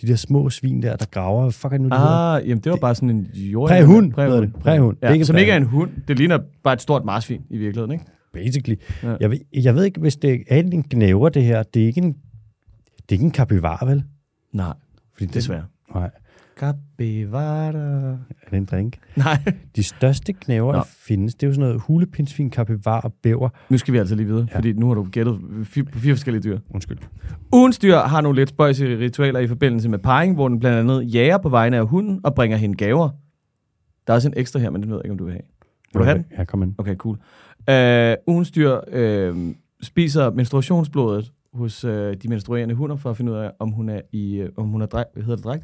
De der små svin der, der graver. Fuck, er Mm-hmm. det nu, de hedder?
Ah, jamen det var bare sådan en jord.
Præhund, hedder det. Præhund. Det
Ja,
er ikke en
som ikke er en
præhund.
hund. Det ligner bare et stort marsvin i virkeligheden, ikke?
Basically.
Ja.
Ja. Jeg, ved, jeg ved ikke, hvis det er en gnæver, det her. Det er ikke en, det er ikke en kapivar, vel?
Nej,
Fordi det,
desværre.
Nej,
Capivara.
er det en drink?
Nej.
De største gnæver,
Nå.
der findes, det er jo sådan noget hulepindsvin, kapivar og bæver.
Nu skal vi altså lige videre, ja.
Ja.
fordi nu har du gættet fi- på fire forskellige dyr.
Undskyld.
Ugens dyr har nogle lidt spøjse ritualer i forbindelse med parring, hvor den blandt andet jager på vegne af hunden og bringer hende gaver. Der er også en ekstra her, men den ved jeg ikke, om du vil have. Vil du have den?
Ja, kom ind.
Okay, cool. Øh, ugens dyr øh, spiser menstruationsblodet hos øh, de menstruerende hunder, for at finde ud af, om hun er i, øh, om hun er dræk, hedder det dræk?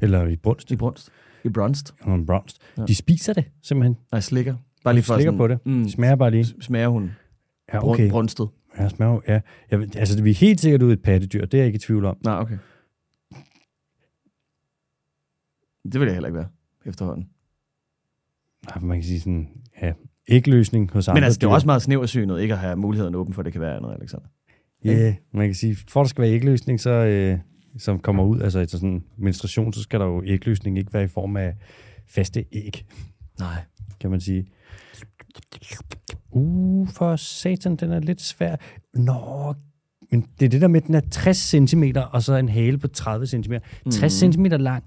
Eller i brunst.
I brunst. I brunst.
Eller en brunst.
Ja.
Ja. De spiser det, simpelthen.
Nej, slikker. Bare lige for
slikker
sådan,
på det.
Mm,
De smager bare lige.
smager hun.
Ja,
Brun, okay. Brunstet.
Ja, smager jo, ja. Jeg, ved- altså, vi er helt sikkert ude i et pattedyr, det er jeg ikke i tvivl om.
Nej, okay. Det vil jeg heller ikke være efterhånden.
Nej, for Ah, man kan sige sådan, ja, ikke løsning hos andre
Men altså, det er
dyr.
jo også meget snæversynet ikke at have muligheden åben for, at det kan være andet, Alexander.
Ja, yeah, man kan sige, for at der skal være ægløsning, så, øh, som kommer ud, altså efter sådan menstruation, så skal der jo ægløsning ikke være i form af faste æg,
Nej.
kan man sige. Uh, for satan, den er lidt svær. Nå, men det er det der med, at den er 60 cm, og så en hale på 30 cm.
Mhm.
60 mm. cm lang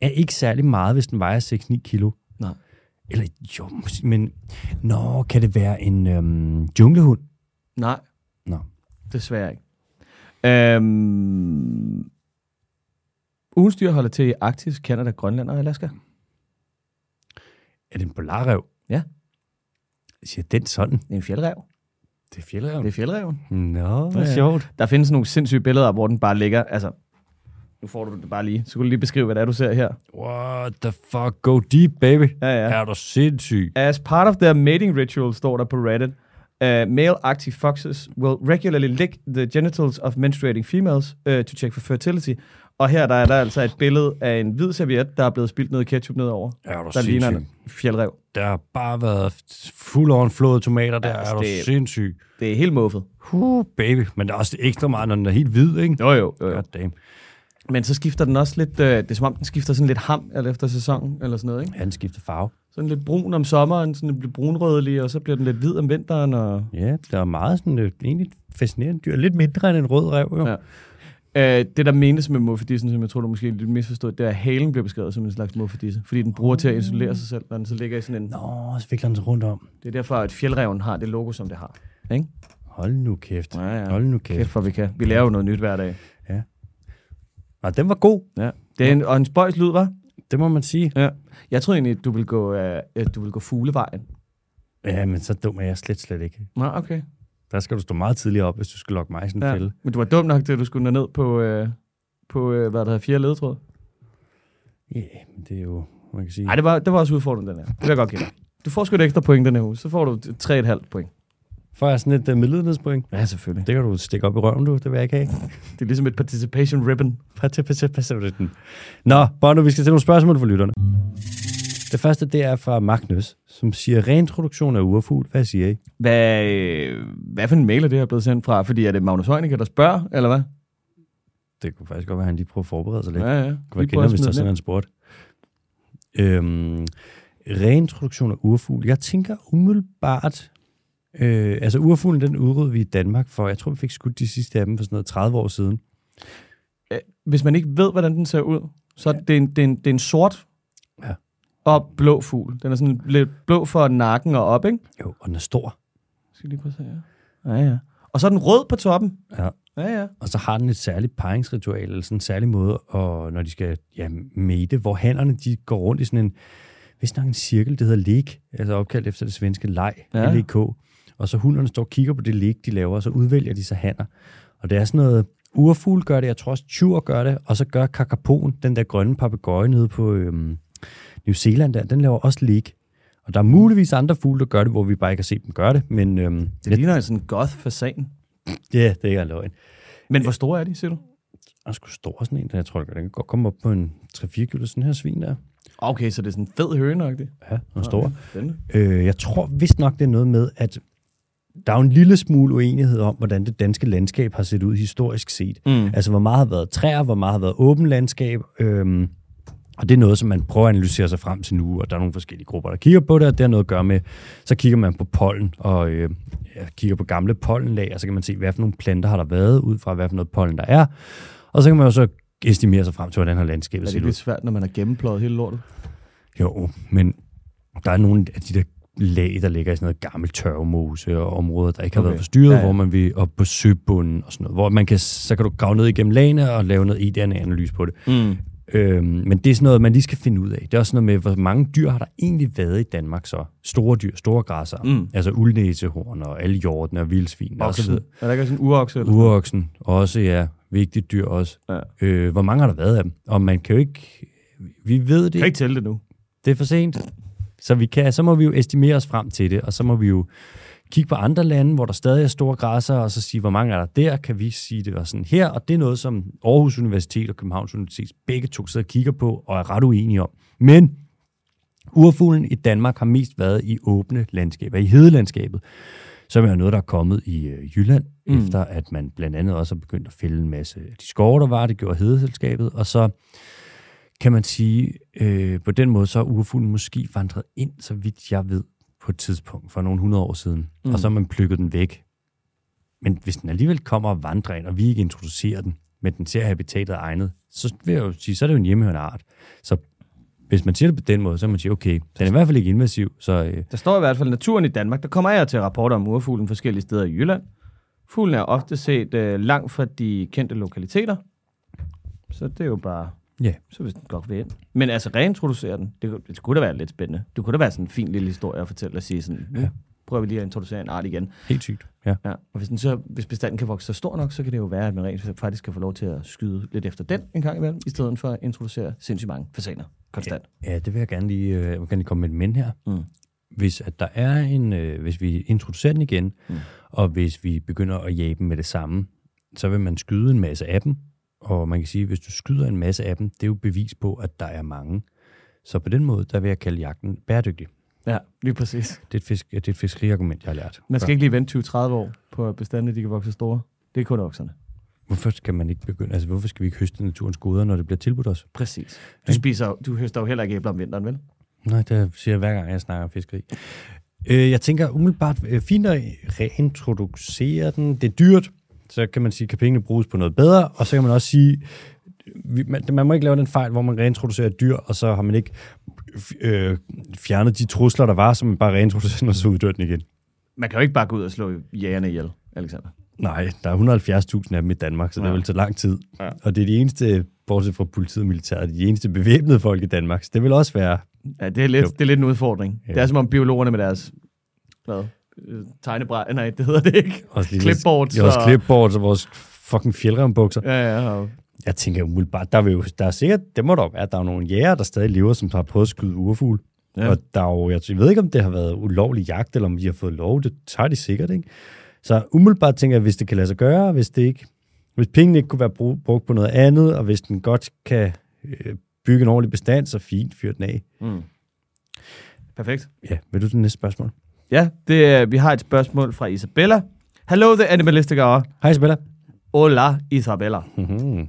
er ikke særlig meget, hvis den vejer 6-9 kilo.
Nej.
Eller jo, mås- men... Nå, kan det være en øhm, junglehund?
Nej,
Nå.
desværre ikke. Øhm, ugens dyr holder til i Arktis, Kanada, Grønland og Alaska.
Er det en polarrev?
Ja.
Siger den sådan?
Det er en fjeldrev.
Det er fjellerøven.
Det er fjeldreven.
Nå, hvor
Ja, ja.
sjovt.
Der findes nogle sindssyge billeder, hvor den bare ligger. Altså, nu får du det bare lige. Så kunne du lige beskrive, hvad det er, du ser her.
What the fuck? Go deep, baby.
Ja, ja.
Er du sindssyg?
As part of their mating ritual, står der på Reddit, uh, male Arctic foxes will regularly lick the genitals of menstruating females uh, to check for fertility. Og her der er der altså et billede af en hvid serviet, der er blevet spildt noget ketchup nedover.
Er du
Der ligner
sindssyg?
en fjeldrev.
Der har bare været fuld over en flod tomater der.
Altså,
er du
det-
sindssyg?
Det er helt muffet.
Huh, baby. Men der er også ekstra meget, når den er helt hvid, ikke?
Jo, jo, jo. jo.
God damn.
Men så skifter den også lidt, øh, det er som om den skifter sådan lidt ham alt efter sæsonen, eller sådan noget, ikke?
Han skifter farve.
Sådan lidt brun om sommeren, sådan lidt brunrødlig, og så bliver den lidt hvid om vinteren. Og...
Ja, der er meget sådan, øh, egentlig fascinerende dyr. Lidt mindre end en rød rev, jo.
Ja. Øh, det, der menes med muffedisen, som jeg tror, du måske lidt misforstået, det er, at halen bliver beskrevet som en slags muffedisse, fordi den bruger til at isolere sig selv, når den så ligger i sådan en...
Nå, så vikler den sig rundt om.
Det er derfor, at fjeldreven har det logo, som det har. Ikke?
Hold nu kæft.
Ja, ja.
Hold nu kæft.
Kæft, for vi kan. Vi laver jo noget nyt hver dag.
Nej, den var god.
Ja. Det er en, og en spøjs lyd, var.
Det må man sige.
Ja. Jeg troede egentlig, at du ville gå, øh, at du ville gå fuglevejen.
Ja, men så dum er jeg slet, slet ikke.
Nå, okay.
Der skal du stå meget tidligere op, hvis du skal lokke mig i sådan en ja. fælde.
Men du var dum nok til, at du skulle ned på, øh, på øh, hvad der hedder, fjerde ledetråd.
Ja, yeah, men det er jo, man kan sige.
Nej, det var, det var også udfordringen, den her. Det vil jeg godt give dig. Du får sgu et ekstra point den her uge. Så får du 3,5 point.
Får jeg sådan et uh, middelhedspoint?
Ja, selvfølgelig.
Det kan du stikke op i røven, du. Det vil jeg ikke have.
Det er ligesom et participation ribbon.
Pas- pas- pas- pas- den. Nå, Bono, vi skal til nogle spørgsmål fra lytterne. Det første, det er fra Magnus, som siger, reintroduktion af urfugl. Hvad siger I?
Hvad, øh, hvad for en mail er det her blevet sendt fra? Fordi er det Magnus Heunicke, der spørger, eller hvad?
Det kunne faktisk godt være, at han lige prøver at forberede sig lidt.
Ja, ja.
Kunne jeg kende, hvis der er sådan en sport. Øhm, reintroduktion af urfugl. Jeg tænker umiddelbart... Øh, altså urfuglen, den udrydde vi i Danmark for. Jeg tror, vi fik skudt de sidste af dem for sådan noget 30 år siden.
Hvis man ikke ved, hvordan den ser ud, så er det en, det er en, det er en sort
Ja.
og blå fugl. Den er sådan lidt blå for nakken og op, ikke?
Jo, og den er stor.
Skal jeg lige prøve at se her? Ja, ja. Og så er den rød på toppen.
Ja.
Ja, ja.
Og så har den et særligt paringsritual, eller sådan en særlig måde, og når de skal ja, mate, hvor hannerne de går rundt i sådan en, hvis nok en cirkel, det hedder leg, altså opkaldt efter det svenske leg,
Ja.
ja. LEK. Og så hunderne står og kigger på det leg, de laver, og så udvælger de sig hanner. Og det er sådan noget, urfugl gør det, jeg tror også tjur gør det, og så gør kakapon, den der grønne papegøje nede på øhm, New Zealand, der, den laver også leg. Og der er muligvis andre fugle, der gør det, hvor vi bare ikke har set dem gøre det, men øhm,
Det ligner en sådan goth fasan.
ja, det er ikke en løgn.
Men hvor store er de, siger du?
Og sgu stor sådan en, der jeg tror, den kan godt komme op på en 3-4 kilo, sådan her svin der.
Okay, så det er sådan en fed høne
Ja, den er stor.
Den.
Øh, jeg tror vist nok, det er noget med, at der er jo en lille smule uenighed om, hvordan det danske landskab har set ud historisk set.
Mm.
Altså, hvor meget har været træer, hvor meget har været åbent landskab. Øhm, og det er noget, som man prøver at analysere sig frem til nu, og der er nogle forskellige grupper, der kigger på det, og det har noget at gøre med, så kigger man på pollen, og øh, ja, kigger på gamle pollenlag, og så kan man se, hvad for nogle planter har der været, ud fra hvad for noget pollen der er. Og så kan man jo så estimere sig frem til, hvordan har landskabet
Er
set
det
ud.
lidt svært, når man har gennempløjet hele lortet?
Jo, men der er nogle af de der lag, der ligger i sådan noget gammelt tørvemose og områder, der ikke har
Okay.
okay. været forstyrret,
Ja,
ja,
ja.
ja. hvor man vil op på søbunden og sådan noget, hvor man kan, så kan du grave ned igennem lagene og lave noget E EDN-analyse på det.
Mm.
Øhm, men det er sådan noget, man lige skal finde ud af. Det er også sådan noget med, hvor mange dyr har der egentlig været i Danmark så? Store dyr, store græsser,
Mm.
mm. altså uldnæsehorn og alle hjortene og vildsvin og så
Oksen.
videre.
Er der ikke sådan en urokse? Eller?
Uroksen, også ja, vigtigt dyr også.
Ja.
Øh, hvor mange har der været af dem? Og man kan jo ikke, vi ved det
Kan ikke tælle det nu.
det er for sent. Så, vi kan, så må vi jo estimere os frem til det, og så må vi jo kigge på andre lande, hvor der stadig er store græsser, og så sige, hvor mange er der der, kan vi sige, det var sådan her. Og det er noget, som Aarhus Universitet og Københavns Universitet begge to sidder og kigger på og er ret uenige om. Men urfuglen i Danmark har mest været i åbne landskaber, i hedelandskabet, som er noget, der er kommet i øh, Jylland, mm. efter at man blandt andet også har begyndt at fælde en masse af de skove, der var, det gjorde hedeselskabet, og så kan man sige, øh, på den måde, så er urfuglen måske vandret ind, så vidt jeg ved, på et tidspunkt for nogle hundrede år siden. Mm. Og så har man plukket den væk. Men hvis den alligevel kommer og vandrer ind, og vi ikke introducerer den, men den ser habitatet egnet, så vil jeg jo sige, så er det jo en hjemmehørende art. Så hvis man siger det på den måde, så kan man sige, okay, den er i hvert fald ikke invasiv, så øh,
Der står i hvert fald naturen i Danmark. Der kommer jeg til rapporter om urfuglen forskellige steder i Jylland. Fuglen er ofte set øh, langt fra de kendte lokaliteter. Så det er jo bare...
Ja.
Så hvis den godt vil ind. Men altså, reintroducere den, det, kunne- det kunne da være lidt spændende. Det kunne da være sådan en fin lille historie at fortælle og sige sådan, ja. prøver vi lige at introducere en art igen.
Helt sygt. Ja.
Ja. Og hvis, den så, hvis bestanden kan vokse så stor nok, så kan det jo være, at man rent faktisk kan få lov til at skyde lidt efter den en gang imellem, i stedet for at introducere sindssygt mange fasaner konstant.
ja, det vil jeg gerne lige, øh, jeg vil gerne lige komme med et men her.
Mm.
Hvis, at der er en, øh, hvis vi introducerer den igen, mm. og hvis vi begynder at jage dem med det samme, så vil man skyde en masse af dem. Og man kan sige, at hvis du skyder en masse af dem, det er jo bevis på, at der er mange. Så på den måde, der vil jeg kalde jagten bæredygtig.
Ja, lige præcis.
Det er et, fisk, det er et fiskeriargument, jeg har lært.
Man skal ikke lige vente 20-30 år på, at bestandene de kan vokse store. Det er kun okserne.
Hvorfor skal man ikke begynde? Altså, hvorfor skal vi ikke høste naturens goder, når det bliver tilbudt os?
Præcis. Du, spiser, du høster jo heller ikke æbler om vinteren, vel?
Nej, det siger jeg hver gang, jeg snakker om fiskeri. Øh, jeg tænker umiddelbart, øh, fint at reintroducere den. Det er dyrt, så kan man sige, kan pengene bruges på noget bedre, og så kan man også sige, vi- man, man må ikke lave den fejl, hvor man reintroducerer et dyr, og så har man ikke f- øh, fjernet de trusler, der var, så man bare reintroducerer den, og så uddør den igen.
Man kan jo ikke bare gå ud og slå jægerne ihjel, Alexander.
Nej, der er 170.000 af dem i Danmark, så ja. det
Ja.
vil tage lang tid. Ja.
Ja.
Og det er de eneste, bortset fra politiet og militæret, de eneste bevæbnede folk i Danmark, så det vil også være
Ja, det er lidt,
Jo.
det er lidt en udfordring.
Ja.
Ja. Det er som om biologerne med deres hvad, øh, tegnebræt, nej, det hedder det ikke.
Også lige
Clipboards
Vores, vores
og-
clipboards og vores fucking fjeldrembukser. Ja.
Ja, ja, og
Jeg tænker umiddelbart, der, vil jo, der er sikkert, det må dog være, at der er nogle jæger, der stadig lever, som har prøvet at skyde urfugl. Ja.
Ja.
Og der er jo, jeg, jeg ved ikke, om det har været ulovlig jagt, eller om de har fået lov. Det tager de sikkert, ikke? Så umiddelbart tænker jeg, hvis det kan lade sig gøre, hvis det ikke... Hvis pengene ikke kunne være brug, brugt på noget andet, og hvis den godt kan øh, bygge en ordentlig bestand, så fint, fyr den af.
perfekt.
Ja, vil du til næste spørgsmål?
Ja, det, er- vi har et spørgsmål fra Isabella. Hello, the animalistic hour.
Hej Isabella.
Hola, Isabella. Mhm.
Mm-hmm.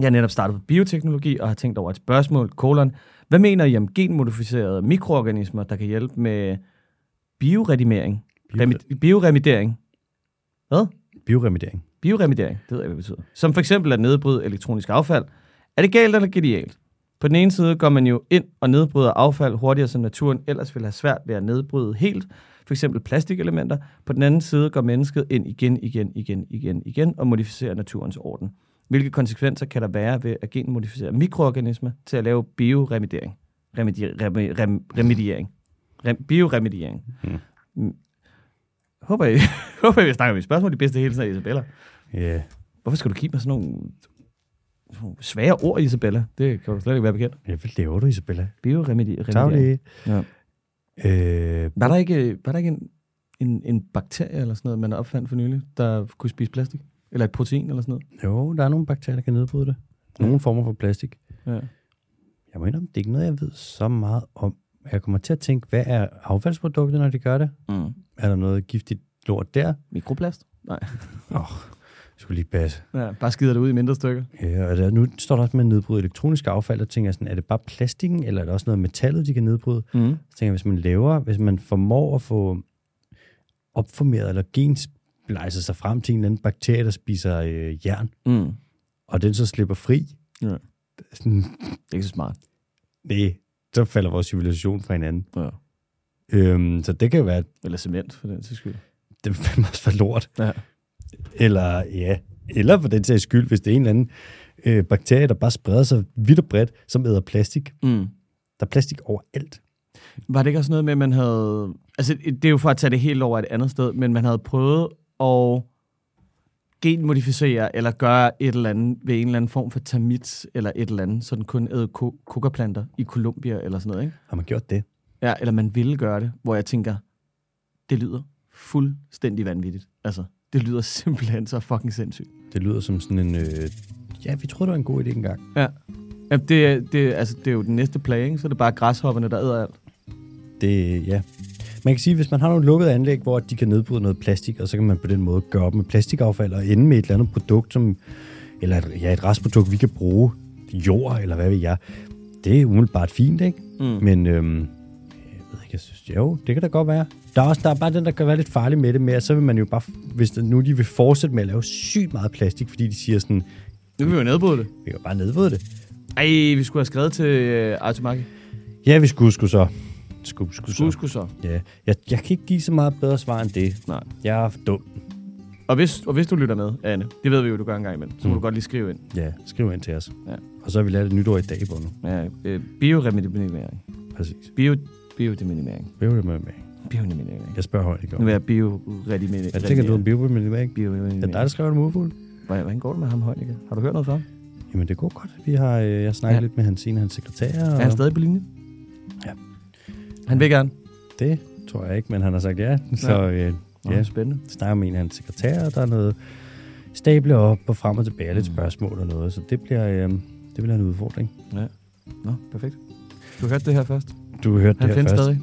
Jeg er netop startet på bioteknologi og har tænkt over et spørgsmål, kolon. Hvad mener I om genmodificerede mikroorganismer, der kan hjælpe med bioredimering? Remi- bioremidering. Hvad?
Bioremediering.
Bioremidering, det ved jeg, hvad det betyder. Som for eksempel at nedbryde elektronisk affald. Er det galt eller genialt? På den ene side går man jo ind og nedbryder affald hurtigere, som naturen ellers ville have svært ved at nedbryde helt, for eksempel plastikelementer. På den anden side går mennesket ind igen, igen, igen, igen, igen og modificerer naturens orden. Hvilke konsekvenser kan der være ved at genmodificere mikroorganismer til at lave bioremediering? Remedi- rem- rem- remediering. Rem- bioremediering. Hmm. Håber I, håber I, vi snakker om et spørgsmål. De bedste hilser af Isabella.
Ja. Yeah.
Hvorfor skal du give mig sådan nogle, sådan nogle svære ord, Isabella? Det kan du slet ikke være bekendt.
Ja, hvad laver du, Isabella?
Bioremediering.
Tag lige.
Ja.
Øh,
Var der ikke, var der ikke en, en, en bakterie eller sådan noget, man opfandt for nylig, der kunne spise plastik? Eller et protein eller sådan noget?
Jo, der er nogle bakterier, der kan nedbryde det. Nogle former for plastik.
Ja.
Jeg mener, det er ikke noget, jeg ved så meget om. Jeg kommer til at tænke, hvad er affaldsproduktet, når de gør det?
Mm.
Er der noget giftigt lort der?
Mikroplast? Nej.
Åh, oh, skulle lige passe.
Ja, bare skider det ud i mindre stykker.
Ja, og der, nu står der også med at nedbryde elektronisk affald, og tænker jeg sådan, er det bare plastikken, eller er der også noget af metallet, de kan nedbryde?
Mm.
Så tænker jeg, hvis man laver, hvis man formår at få opformeret eller gensplejset sig frem til en eller anden bakterie, der spiser øh, jern,
Mm.
og den så slipper fri,
Ja.
sådan,
Det er ikke så smart.
nej, så falder vores civilisation fra hinanden.
Ja.
Øhm, så det kan jo være,
Eller cement, for den sags skyld.
det er fandme også for lort.
Ja.
Eller, ja, eller for den sags skyld, hvis det er en eller anden øh, bakterie, der bare spreder sig vidt og bredt, som æder plastik.
Mm.
Der er plastik overalt.
Var det ikke også noget med, at man havde... Altså, det er jo for at tage det helt over et andet sted, men man havde prøvet at genmodificere eller gøre et eller andet ved en eller anden form for termit eller et eller andet, så den kun æd ko- kokaplanter i Colombia eller sådan noget, ikke?
Har man gjort det?
Ja, eller man ville gøre det, hvor jeg tænker, det lyder fuldstændig vanvittigt. Altså, det lyder simpelthen så fucking sindssygt.
Det lyder som sådan en, øh, ja, vi troede, det var en god idé engang.
Ja. ja det, er- det, er- altså, det er jo den næste plage, ikke? Så er det bare græshopperne, der æder alt.
Det, ja. Man kan sige, hvis man har nogle lukkede anlæg, hvor de kan nedbryde noget plastik, og så kan man på den måde gøre op med plastikaffald og ende med et eller andet produkt, som, eller et, ja, et restprodukt, vi kan bruge, jord eller hvad ved jeg. Det er umiddelbart fint, ikke? Mm. Men øhm, jeg ved ikke, jeg synes, jo, det kan da godt være. Der er, også, der er bare den, der kan være lidt farlig med det, med at så vil man jo bare, hvis det, nu de vil fortsætte med at lave sygt meget plastik, fordi de siger sådan,
Nu kan vi jo nedbryde det.
vi kan jo bare nedbryde det.
Ej, vi skulle have skrevet til øh, Automaki.
Ja, vi skulle sgu så. Skulle, skulle
Skulle,
så.
skulle så.
Ja. Jeg, jeg kan ikke give så meget bedre svar end det.
Nej.
Jeg er dum.
Og hvis, og hvis du lytter med, Anne, det ved vi jo, du gør en gang imellem, så må mm. du godt lige skrive ind.
Ja, skriv ind til os.
Ja.
Og så har vi lært et nyt ord i dag på nu.
Ja, øh, bioremediminering.
Præcis.
Bio, biodiminiminering.
Hvad vil du med med?
Biominimering.
Jeg spørger højt, ikke?
Nu er jeg bioredigering.
Hvad tænker du om biominimering?
biominimering?
Er det dig, der skrev det modfuld?
Hvordan går det med ham, Højnikke? Har du hørt noget fra ham?
Jamen, det går godt. Vi har, øh, jeg har snakket
Ja.
ja. lidt med hans en af hans sekretærer.
Er
Og
han stadig på linjen?
Ja.
Han vil gerne.
Det tror jeg ikke, men han har sagt ja. Så øh,
Nå,
Ja.
spændende.
snakker med en af hans sekretærer, og der er noget stable op og frem og tilbage,
Mm.
lidt spørgsmål og noget. Så det bliver, øh, det bliver en udfordring.
Nå, perfekt. Du hørte det her først.
Du hørte
Han
det her
findes
først.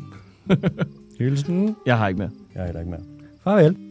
stadig.
Hilsen.
Jeg har ikke mere.
Jeg er heller ikke mere. Farvel.